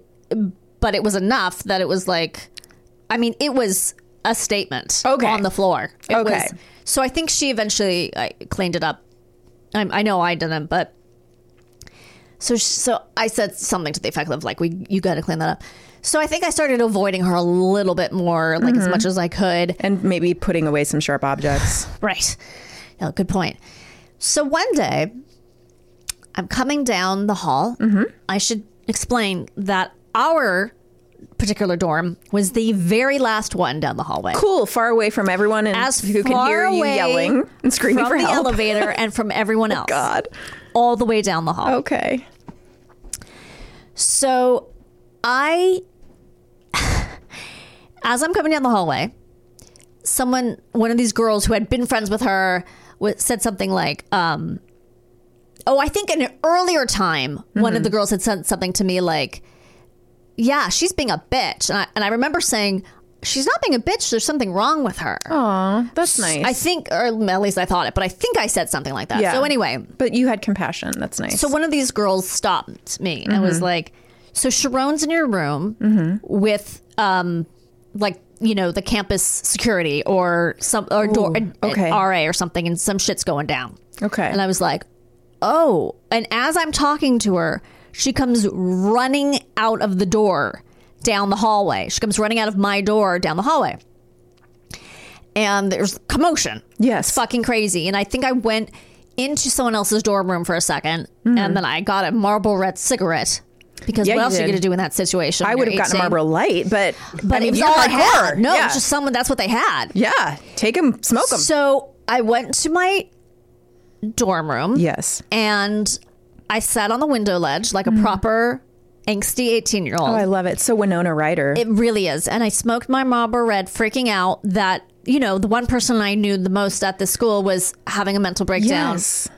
[SPEAKER 3] but it was enough that it was like, I mean, it was a statement
[SPEAKER 2] Okay.
[SPEAKER 3] on the floor. It
[SPEAKER 2] Okay.
[SPEAKER 3] was- so I think she eventually I cleaned it up. I, I know I didn't, but so sh- so I said something to the effect of like, we you got to clean that up. So I think I started avoiding her a little bit more, like
[SPEAKER 2] Mm-hmm.
[SPEAKER 3] as much as I could.
[SPEAKER 2] and maybe putting away some sharp objects.
[SPEAKER 3] Right. No, good point. So one day, I'm coming down the hall.
[SPEAKER 2] Mm-hmm.
[SPEAKER 3] I should explain that our particular dorm was the very last one down the hallway.
[SPEAKER 2] Cool, far away from everyone and
[SPEAKER 3] As
[SPEAKER 2] who can
[SPEAKER 3] far
[SPEAKER 2] hear you
[SPEAKER 3] away
[SPEAKER 2] yelling and screaming
[SPEAKER 3] from
[SPEAKER 2] for
[SPEAKER 3] the
[SPEAKER 2] help. Oh,
[SPEAKER 3] elevator and from everyone else.
[SPEAKER 2] God.
[SPEAKER 3] All the way down the hall.
[SPEAKER 2] Okay.
[SPEAKER 3] So I as I'm coming down the hallway, someone one of these girls who had been friends with her wa- said something like um oh, I think in an earlier time, one
[SPEAKER 2] Mm-hmm.
[SPEAKER 3] of the girls had said something to me like, yeah, she's being a bitch. And I, and I remember saying, she's not being a bitch. There's something wrong with her.
[SPEAKER 2] That's Oh, nice.
[SPEAKER 3] I think, or at least I thought it, but I think I said something like that.
[SPEAKER 2] Yeah.
[SPEAKER 3] So anyway,
[SPEAKER 2] but you had compassion. That's nice. Mm-hmm.
[SPEAKER 3] so one of these girls stopped me and was like, "So Sharon's in your room with um, like you know the campus security or some or door uh, an- an
[SPEAKER 2] okay.
[SPEAKER 3] RA or something, and some shit's going down."
[SPEAKER 2] okay.
[SPEAKER 3] And I was like, "Oh!" And as I'm talking to her, she comes running out of the door down the hallway. She comes running out of my door down the hallway. And there's commotion
[SPEAKER 2] yes.
[SPEAKER 3] fucking crazy. And I think I went into someone else's dorm room for a 2nd and then I got a Marlboro Red cigarette because
[SPEAKER 2] Mm. Yeah,
[SPEAKER 3] what
[SPEAKER 2] you
[SPEAKER 3] else are you
[SPEAKER 2] did.
[SPEAKER 3] going to do in that situation?
[SPEAKER 2] I
[SPEAKER 3] when
[SPEAKER 2] would have
[SPEAKER 3] you're
[SPEAKER 2] gotten a
[SPEAKER 3] 18?
[SPEAKER 2] Marlboro Light, but,
[SPEAKER 3] but
[SPEAKER 2] I mean,
[SPEAKER 3] it was
[SPEAKER 2] you're
[SPEAKER 3] all I
[SPEAKER 2] hardcore.
[SPEAKER 3] had. No,
[SPEAKER 2] yeah.
[SPEAKER 3] it was just someone. That's what they had.
[SPEAKER 2] yeah. Take them, smoke them.
[SPEAKER 3] So I went to my dorm room
[SPEAKER 2] yes.
[SPEAKER 3] and I sat on the window ledge like a proper angsty eighteen year old.
[SPEAKER 2] Mm. Oh, I love it. So Winona Ryder.
[SPEAKER 3] It really is. And I smoked my Marlboro Red, freaking out that, you know, the one person I knew the most at this school was having a mental breakdown.
[SPEAKER 2] yes.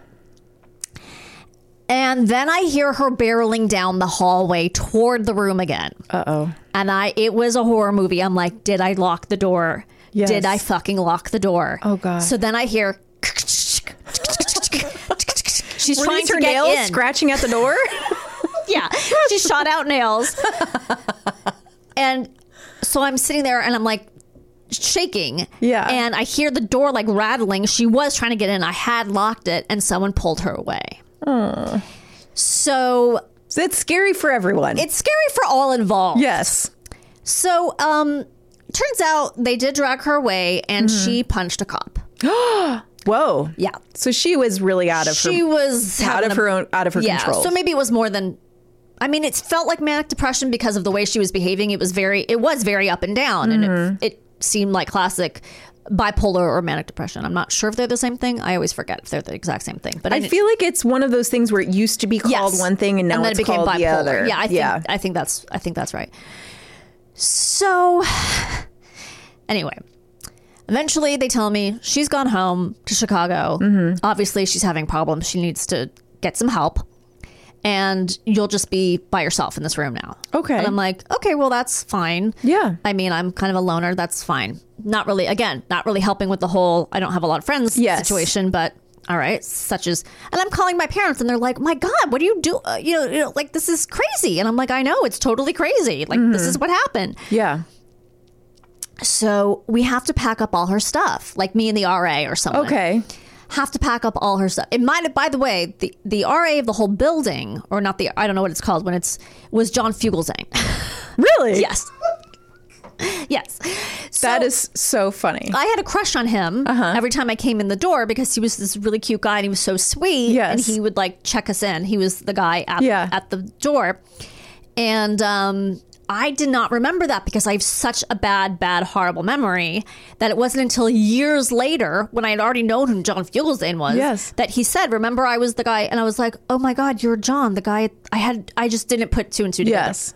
[SPEAKER 3] And then I hear her barreling down the hallway toward the room again.
[SPEAKER 2] Uh oh.
[SPEAKER 3] And I it was a horror movie. I'm like, did I lock the door?
[SPEAKER 2] Yes.
[SPEAKER 3] Did I fucking lock the door?
[SPEAKER 2] Oh, God.
[SPEAKER 3] So then I hear She's
[SPEAKER 2] Were
[SPEAKER 3] trying
[SPEAKER 2] these her
[SPEAKER 3] to get
[SPEAKER 2] nails
[SPEAKER 3] in.
[SPEAKER 2] scratching at the door?
[SPEAKER 3] yeah. She shot out nails. and so I'm sitting there and I'm like shaking.
[SPEAKER 2] Yeah.
[SPEAKER 3] And I hear the door like rattling. She was trying to get in. I had locked it and someone pulled her away. So
[SPEAKER 2] It's scary for everyone.
[SPEAKER 3] it's scary for all involved.
[SPEAKER 2] yes.
[SPEAKER 3] So, um, turns out they did drag her away and
[SPEAKER 2] Mm-hmm.
[SPEAKER 3] she punched a cop.
[SPEAKER 2] Whoa.
[SPEAKER 3] Yeah.
[SPEAKER 2] So she was really out of
[SPEAKER 3] She
[SPEAKER 2] her
[SPEAKER 3] was
[SPEAKER 2] out
[SPEAKER 3] having
[SPEAKER 2] of
[SPEAKER 3] a-
[SPEAKER 2] her own out of her
[SPEAKER 3] yeah.
[SPEAKER 2] control.
[SPEAKER 3] So maybe it was more than. I mean, it felt like manic depression because of the way she was behaving. It was very, it was very up and down, and
[SPEAKER 2] Mm-hmm.
[SPEAKER 3] it, it seemed like classic bipolar or manic depression. I'm not sure if they're the same thing. I always forget if they're the exact same thing. But
[SPEAKER 2] I
[SPEAKER 3] it-
[SPEAKER 2] feel like it's one of those things where it used to be called
[SPEAKER 3] Yes.
[SPEAKER 2] one thing and now
[SPEAKER 3] then
[SPEAKER 2] it's
[SPEAKER 3] it became
[SPEAKER 2] called
[SPEAKER 3] bipolar.
[SPEAKER 2] the other.
[SPEAKER 3] Yeah, I think
[SPEAKER 2] yeah.
[SPEAKER 3] I think that's I think that's right. So anyway, eventually they tell me she's gone home to Chicago.
[SPEAKER 2] Mm-hmm.
[SPEAKER 3] Obviously, she's having problems. She needs to get some help. And you'll just be by yourself in this room now.
[SPEAKER 2] Okay.
[SPEAKER 3] And I'm like, okay, well, that's fine.
[SPEAKER 2] Yeah.
[SPEAKER 3] I mean, I'm kind of a loner. That's fine. Not really, again, not really helping with the whole I don't have a lot of friends
[SPEAKER 2] Yes.
[SPEAKER 3] situation, but all right, such as. And I'm calling my parents and they're like, my God, what do you do? Uh, you, know, you know, like this is crazy. And I'm like, I know, it's totally crazy. Like, this
[SPEAKER 2] Mm-hmm.
[SPEAKER 3] is what happened.
[SPEAKER 2] yeah.
[SPEAKER 3] So we have to pack up all her stuff, like me and the RA or someone.
[SPEAKER 2] Okay.
[SPEAKER 3] Have to pack up all her stuff. It might have, by the way, the, the RA of the whole building, or not the, I don't know what it's called when it's, was John Fugelsang.
[SPEAKER 2] Really?
[SPEAKER 3] yes. yes.
[SPEAKER 2] That is so funny.
[SPEAKER 3] I had a crush on him
[SPEAKER 2] Uh-huh.
[SPEAKER 3] every time I came in the door because he was this really cute guy and he was so sweet.
[SPEAKER 2] Yes.
[SPEAKER 3] And he would like check us in. He was the guy at,
[SPEAKER 2] Yeah.
[SPEAKER 3] at the door. And um, I did not remember that because I have such a bad, bad, horrible memory that it wasn't until years later when I had already known who John Fugelsang was
[SPEAKER 2] Yes.
[SPEAKER 3] that he said, Remember, I was the guy. And I was like, Oh my God, you're John, the guy I had, I just didn't put two and two together.
[SPEAKER 2] yes.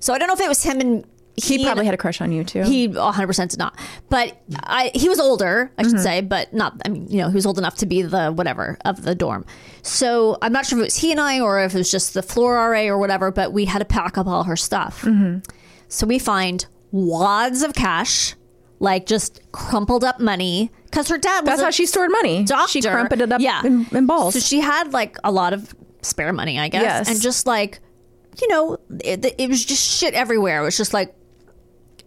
[SPEAKER 3] So I don't know if it was him and
[SPEAKER 2] He,
[SPEAKER 3] and-
[SPEAKER 2] probably had a crush on you too.
[SPEAKER 3] he 100% did not. But I, he was older, I should
[SPEAKER 2] Mm-hmm.
[SPEAKER 3] say, but not, I mean, you know, he was old enough to be the whatever of the dorm. So I'm not sure if it was he and I or if it was just the floor RA or whatever, but we had to pack up all her stuff.
[SPEAKER 2] Mm-hmm.
[SPEAKER 3] So we find wads of cash, like just crumpled up money. Because her dad was
[SPEAKER 2] That's
[SPEAKER 3] a
[SPEAKER 2] how she stored money.
[SPEAKER 3] doctor.
[SPEAKER 2] She crumpled it up
[SPEAKER 3] yeah.
[SPEAKER 2] in, in balls.
[SPEAKER 3] So she had like a lot of spare money, I guess.
[SPEAKER 2] Yes.
[SPEAKER 3] And just like, you know, it, it was just shit everywhere. It was just like,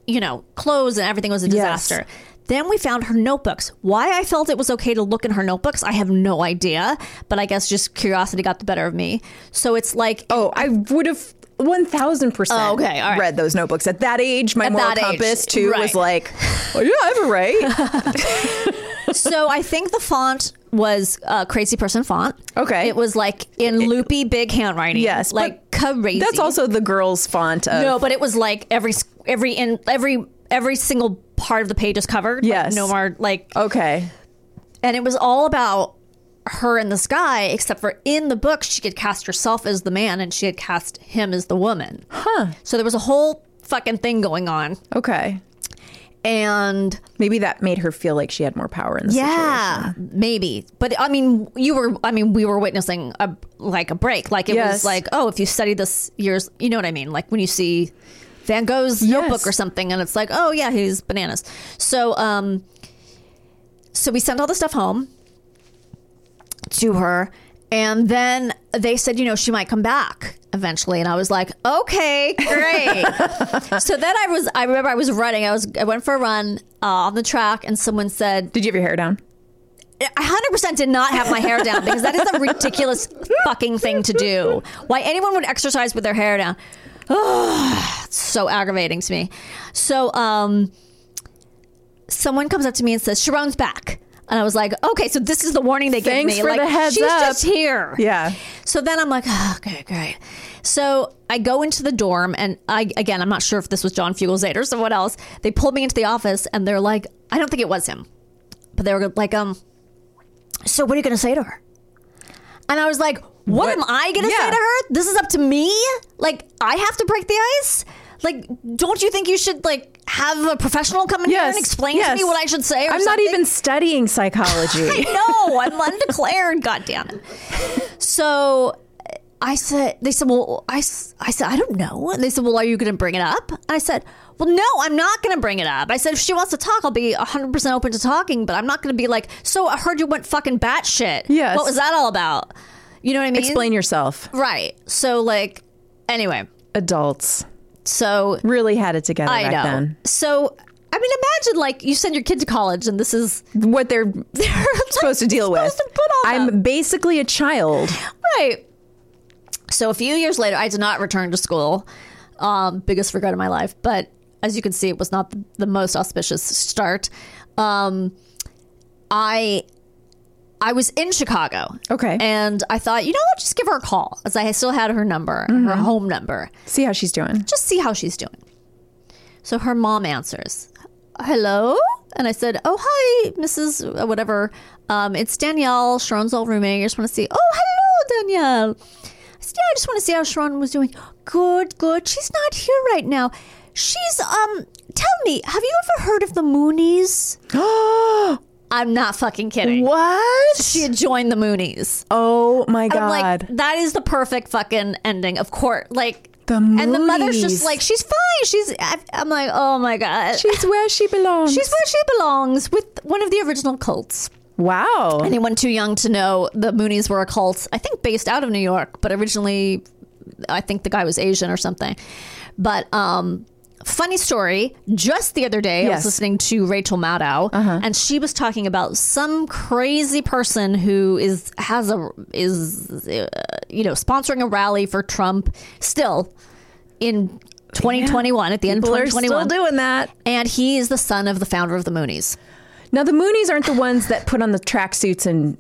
[SPEAKER 3] you know, clothes and everything was a disaster. Then we found her notebooks. Why I felt it was okay to look in her notebooks, I have no idea. But I guess just curiosity got the better of me. So it's like,
[SPEAKER 2] oh, I would have one thousand percent
[SPEAKER 3] Oh, okay, all right.
[SPEAKER 2] read those notebooks. At that age, my
[SPEAKER 3] At
[SPEAKER 2] moral
[SPEAKER 3] that age,
[SPEAKER 2] compass too was
[SPEAKER 3] right.
[SPEAKER 2] like, Oh yeah, I have a right.
[SPEAKER 3] so I think the font was uh, crazy person font.
[SPEAKER 2] Okay.
[SPEAKER 3] It was like in loopy big handwriting.
[SPEAKER 2] Yes, but
[SPEAKER 3] Like crazy.
[SPEAKER 2] That's also the girl's font of
[SPEAKER 3] No, but it was like every every in every every single part of the page is covered.
[SPEAKER 2] Yes.
[SPEAKER 3] like, no more like,
[SPEAKER 2] Okay.
[SPEAKER 3] and it was all about her and this guy. Except for in the book, she had cast herself as the man, and she had cast him as the woman. Huh. So there was a whole fucking thing going on,
[SPEAKER 2] Okay.
[SPEAKER 3] and
[SPEAKER 2] Maybe that made her feel like she had more power in the situation.
[SPEAKER 3] yeah, maybe. But I mean, you were. I mean, we were witnessing a like a break. Like it
[SPEAKER 2] Yes.
[SPEAKER 3] was like, oh, if you study this years, you know what I mean. Like when you see Van Gogh's notebook or something, and it's like, oh yeah, he's bananas. So, um, so we sent all the stuff home to her, and then they said, you know, she might come back eventually, and I was like, okay, great. so then I was, I remember I was running. I was, I went for a run uh, on the track, and someone said.
[SPEAKER 2] Did you have your hair down?
[SPEAKER 3] I 100% did not have my hair down because that is a ridiculous fucking thing to do. Why anyone would exercise with their hair down. Ugh, it's so aggravating to me. So, um, someone comes up to me and says, Sharon's back. And I was like, okay, so this is the warning they gave
[SPEAKER 2] Thanks
[SPEAKER 3] me.
[SPEAKER 2] for
[SPEAKER 3] like,
[SPEAKER 2] the heads
[SPEAKER 3] she's
[SPEAKER 2] up.
[SPEAKER 3] just here.
[SPEAKER 2] Yeah.
[SPEAKER 3] So then I'm like, oh, okay, great. So I go into the dorm, and I again, I'm not sure if this was John Fugelzade or someone else. They pulled me into the office, and they're like, I don't think it was him, but they were like, um, so what are you going to say to her? And I was like, what, am I going to say
[SPEAKER 2] Yeah.
[SPEAKER 3] to her? This is up to me. Like, I have to break the ice. Like, don't you think you should like have a professional come in here and explain to me what I should say? Or
[SPEAKER 2] I'm
[SPEAKER 3] something?
[SPEAKER 2] not even studying psychology.
[SPEAKER 3] I know. I'm undeclared. God damn it. So I said, they said, well, I, s- I said, I don't know. And they said, well, are you going to bring it up? And I said, well, no, I'm not going to bring it up. I said, if she wants to talk, I'll be 100% open to talking, but I'm not going to be like, so I heard you went fucking batshit.
[SPEAKER 2] Yes.
[SPEAKER 3] What was that all about? You know what I mean?
[SPEAKER 2] Explain yourself.
[SPEAKER 3] Right. So, like, anyway,
[SPEAKER 2] Adults
[SPEAKER 3] so
[SPEAKER 2] really had it together
[SPEAKER 3] I
[SPEAKER 2] back
[SPEAKER 3] know.
[SPEAKER 2] then.
[SPEAKER 3] So, I mean, imagine like you send your kid to college and this is
[SPEAKER 2] What they're supposed to deal with.
[SPEAKER 3] supposed to put all
[SPEAKER 2] I'm basically a child.
[SPEAKER 3] Right. So a few years later, I did not return to school. Um, biggest regret of my life. But as you can see, it was not the, the most auspicious start. Um, I I was in Chicago.
[SPEAKER 2] Okay.
[SPEAKER 3] And I thought, you know, I'll just give her a call, as I still had her number, her home number
[SPEAKER 2] See how she's doing.
[SPEAKER 3] just see how she's doing. So her mom answers, Hello? And I said, Oh, hi, Mrs. Whatever. Um, it's Danielle, Sharon's old roommate. I just want to see. Oh, hello, Danielle. I said, Yeah, I just want to see how Sharon was doing. Good, good. She's not here right now. She's, um, tell me, have you ever heard of the Moonies? I'm not fucking kidding.
[SPEAKER 2] What?
[SPEAKER 3] She had joined the Moonies.
[SPEAKER 2] oh my god.
[SPEAKER 3] I'm like, that is the perfect fucking ending. Of course, like
[SPEAKER 2] The
[SPEAKER 3] and the mother's just
[SPEAKER 2] Moody's.
[SPEAKER 3] like, she's fine. She's. I- I'm like, oh my god,
[SPEAKER 2] she's where she belongs.
[SPEAKER 3] she's where she belongs with one of the original cults.
[SPEAKER 2] wow.
[SPEAKER 3] Anyone too young to know the Moonies were a cult. I think based out of New York, but originally, I think the guy was Asian or something. But um, funny story. Just the other day, I was
[SPEAKER 2] Yes. Uh-huh.
[SPEAKER 3] listening to Rachel Maddow, and she was talking about some crazy person who is has a is uh, you know sponsoring a rally for Trump still in. 2021 at the end
[SPEAKER 2] People
[SPEAKER 3] of
[SPEAKER 2] are
[SPEAKER 3] 2021
[SPEAKER 2] still doing that.
[SPEAKER 3] and he is the son of the founder of the Moonies.
[SPEAKER 2] Now the Moonies aren't the ones that put on the tracksuits and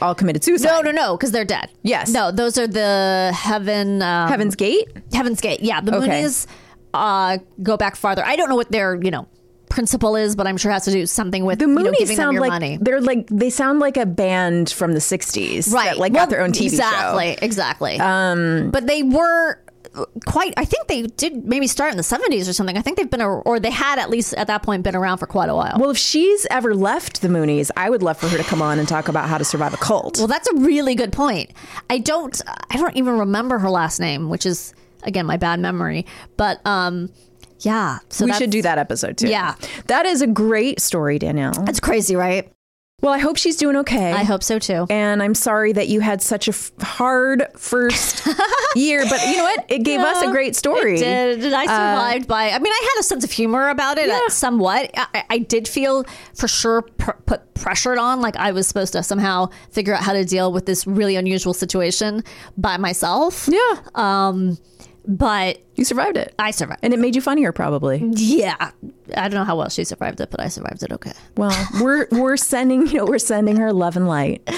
[SPEAKER 2] all committed suicide.
[SPEAKER 3] No, no, no, because they're dead.
[SPEAKER 2] Yes.
[SPEAKER 3] No, those are the heaven, um,
[SPEAKER 2] Heaven's Gate.
[SPEAKER 3] Heaven's Gate. Yeah, the
[SPEAKER 2] Okay.
[SPEAKER 3] Moonies uh, go back farther. I don't know what their you know principle is, but I'm sure it has to do something with
[SPEAKER 2] The
[SPEAKER 3] you know,
[SPEAKER 2] Moonies
[SPEAKER 3] giving them
[SPEAKER 2] sound
[SPEAKER 3] your
[SPEAKER 2] like
[SPEAKER 3] money.
[SPEAKER 2] they're like they sound like a band from the '60s,
[SPEAKER 3] Right,
[SPEAKER 2] That like
[SPEAKER 3] Well,
[SPEAKER 2] got their own TV
[SPEAKER 3] exactly,
[SPEAKER 2] show. Um,
[SPEAKER 3] Exactly, but they were quite. I think they did maybe start in the 70s or something. I think they've been, a, or they had at least at that point been around for quite a while.
[SPEAKER 2] Well, if she's ever left the Moonies, I would love for her to come on and talk about how to survive a cult.
[SPEAKER 3] Well, that's a really good point. I don't I don't even remember her last name, which is again my bad memory. But um yeah, so
[SPEAKER 2] we
[SPEAKER 3] that's-
[SPEAKER 2] should do that episode too.
[SPEAKER 3] Yeah.
[SPEAKER 2] that is a great story, Danielle.
[SPEAKER 3] That's crazy, right?
[SPEAKER 2] Well, I hope she's doing okay.
[SPEAKER 3] I hope so too.
[SPEAKER 2] and I'm sorry that you had such a f- hard first year, but you know what? It gave us a great story.
[SPEAKER 3] It did. And I survived by. I mean, I had a sense of humor about it, uh, somewhat. I, I did feel for sure pr- put pressured on, like I was supposed to somehow figure out how to deal with this really unusual situation by myself.
[SPEAKER 2] Yeah,
[SPEAKER 3] Um, but
[SPEAKER 2] you survived it,
[SPEAKER 3] I survived.
[SPEAKER 2] and it made you funnier, probably.
[SPEAKER 3] Yeah, I don't know how well she survived it, but I survived it okay.
[SPEAKER 2] Well, we're we're sending you know we're sending her love and light.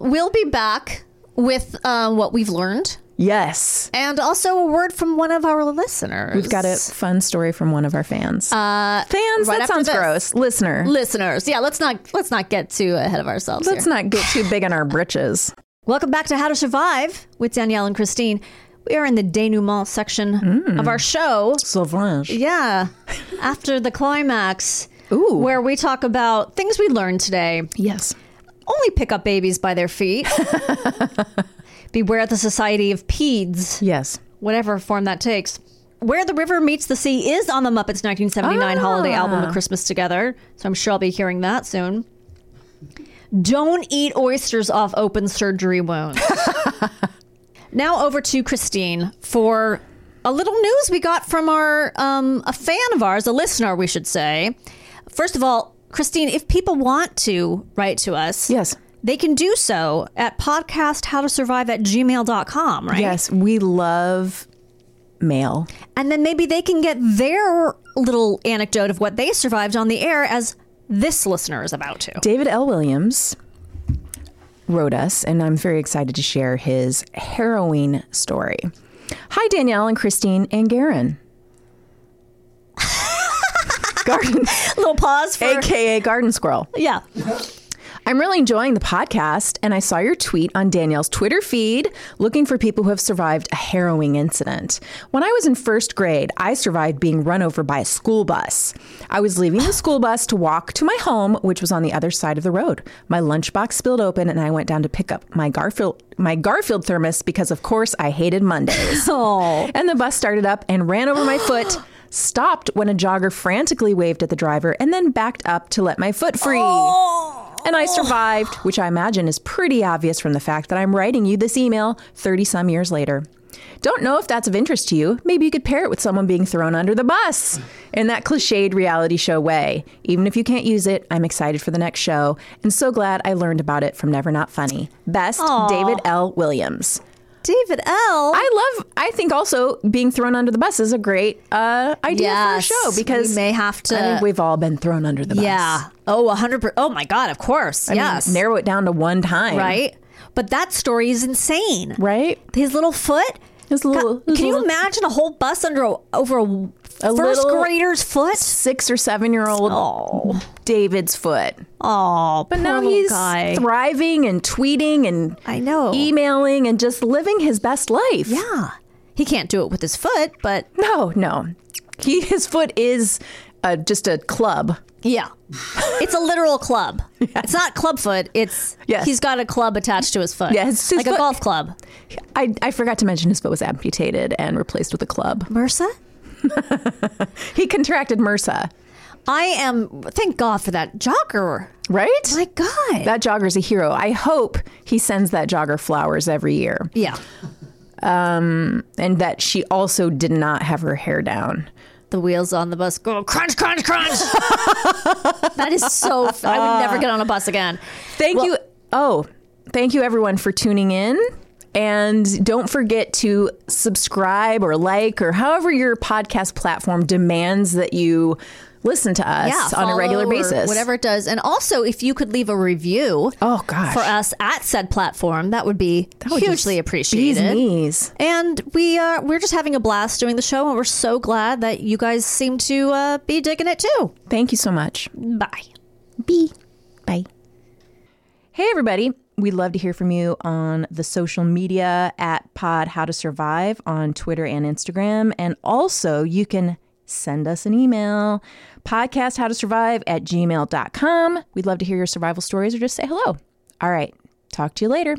[SPEAKER 3] We'll be back with uh, what we've learned
[SPEAKER 2] Yes,
[SPEAKER 3] and also a word from one of our listeners.
[SPEAKER 2] we've got a fun story from one of our fans. Uh, fans,
[SPEAKER 3] right
[SPEAKER 2] that
[SPEAKER 3] after
[SPEAKER 2] sounds
[SPEAKER 3] this.
[SPEAKER 2] gross. Listener,
[SPEAKER 3] listeners. Yeah, let's not let's not get too ahead of ourselves. here.
[SPEAKER 2] let's not get too big on our britches.
[SPEAKER 3] Welcome back to How to Survive with Danielle and Christine. We are in the denouement section
[SPEAKER 2] Mm.
[SPEAKER 3] of our show.
[SPEAKER 2] Sauvage.
[SPEAKER 3] Yeah. After the climax, Ooh. where we talk about things we learned today.
[SPEAKER 2] Yes.
[SPEAKER 3] Only pick up babies by their feet. Beware the society of peds,
[SPEAKER 2] Yes.
[SPEAKER 3] whatever form that takes. Where the River Meets the Sea is on the Muppets 1979 holiday album, A Christmas Together. So I'm sure I'll be hearing that soon. Don't eat oysters off open surgery wounds. now over to Christine for a little news we got from our um, a fan of ours, a listener, we should say. First of all, Christine, if people want to write to us,
[SPEAKER 2] Yes.
[SPEAKER 3] they can do so at podcasthowtosurvive at gmail.com, right?
[SPEAKER 2] Yes. We love mail.
[SPEAKER 3] And then maybe they can get their little anecdote of what they survived on the air as this listener is about to.
[SPEAKER 2] David L. Williams wrote us, and I'm very excited to share his harrowing story. Hi, Danielle and Christine and Garen. Garden,
[SPEAKER 3] little pause for.
[SPEAKER 2] aka Garden Squirrel.
[SPEAKER 3] Yeah.
[SPEAKER 2] I'm really enjoying the podcast, and I saw your tweet on Danielle's Twitter feed looking for people who have survived a harrowing incident. When I was in first grade, I survived being run over by a school bus. I was leaving the school bus to walk to my home, which was on the other side of the road. My lunchbox spilled open, and I went down to pick up my Garfield my Garfield thermos because, of course, I hated Mondays. And the bus started up and ran over my foot. Stopped when a jogger frantically waved at the driver and then backed up to let my foot free. And I survived, which I imagine is pretty obvious from the fact that I'm writing you this email 30 some years later. Don't know if that's of interest to you. Maybe you could pair it with someone being thrown under the bus in that cliched reality show way. Even if you can't use it, I'm excited for the next show and so glad I learned about it from Never Not Funny. Best, David L. Williams.
[SPEAKER 3] David L.
[SPEAKER 2] I love, I think also being thrown under the bus is a great uh, idea
[SPEAKER 3] Yes,
[SPEAKER 2] for a show because
[SPEAKER 3] we may have to-
[SPEAKER 2] I think we've all been thrown under the bus.
[SPEAKER 3] yeah. Oh, 100%. Oh, my God. Of course.
[SPEAKER 2] I mean,
[SPEAKER 3] yes.
[SPEAKER 2] narrow it down to one time.
[SPEAKER 3] right? But that story is insane.
[SPEAKER 2] Right?
[SPEAKER 3] His little foot.
[SPEAKER 2] His little-
[SPEAKER 3] God,
[SPEAKER 2] his
[SPEAKER 3] can you
[SPEAKER 2] little-
[SPEAKER 3] imagine a whole bus under a, over a, first
[SPEAKER 2] little-
[SPEAKER 3] grader's foot?
[SPEAKER 2] six or seven year old
[SPEAKER 3] Oh,
[SPEAKER 2] David's foot.
[SPEAKER 3] oh,
[SPEAKER 2] But now he's
[SPEAKER 3] guy.
[SPEAKER 2] thriving and tweeting and
[SPEAKER 3] I know.
[SPEAKER 2] emailing and just living his best life.
[SPEAKER 3] yeah, he can't do it with his foot, but
[SPEAKER 2] No, no. He his foot is uh, just a club.
[SPEAKER 3] Yeah. it's a literal club. It's not club foot. It's
[SPEAKER 2] Yes.
[SPEAKER 3] he's got a club attached to his foot.
[SPEAKER 2] Yeah, it's his
[SPEAKER 3] like a
[SPEAKER 2] foot.
[SPEAKER 3] golf club.
[SPEAKER 2] I, I forgot to mention his foot was amputated and replaced with a club.
[SPEAKER 3] MRSA?
[SPEAKER 2] He contracted MRSA,
[SPEAKER 3] I am thank God for that jogger.
[SPEAKER 2] right?
[SPEAKER 3] My God.
[SPEAKER 2] that jogger's a hero. I hope he sends that jogger flowers every year.
[SPEAKER 3] yeah.
[SPEAKER 2] And that she also did not have her hair down.
[SPEAKER 3] The wheels on the bus go crunch, crunch, crunch. that is so. F- I would never get on a bus again.
[SPEAKER 2] Thank you. Oh, thank you everyone for tuning in. And don't forget to subscribe or like or however your podcast platform demands that you listen to us on a
[SPEAKER 3] follow
[SPEAKER 2] regular
[SPEAKER 3] or
[SPEAKER 2] basis.
[SPEAKER 3] Whatever it does. And also, if you could leave a review
[SPEAKER 2] Oh gosh.
[SPEAKER 3] for us at said platform, that would be
[SPEAKER 2] would just
[SPEAKER 3] hugely
[SPEAKER 2] Bees
[SPEAKER 3] appreciated.
[SPEAKER 2] knees.
[SPEAKER 3] And we are we're just having a blast doing the show, and we're so glad that you guys seem to uh, be digging it too.
[SPEAKER 2] Thank you so much.
[SPEAKER 3] Bye.
[SPEAKER 2] B. Bye. Hey, everybody. We'd love to hear from you on the social media at Pod How to Survive on Twitter and Instagram. And also, you can send us an email podcast how to survive at gmail.com. We'd love to hear your survival stories or just say hello. All right. Talk to you later.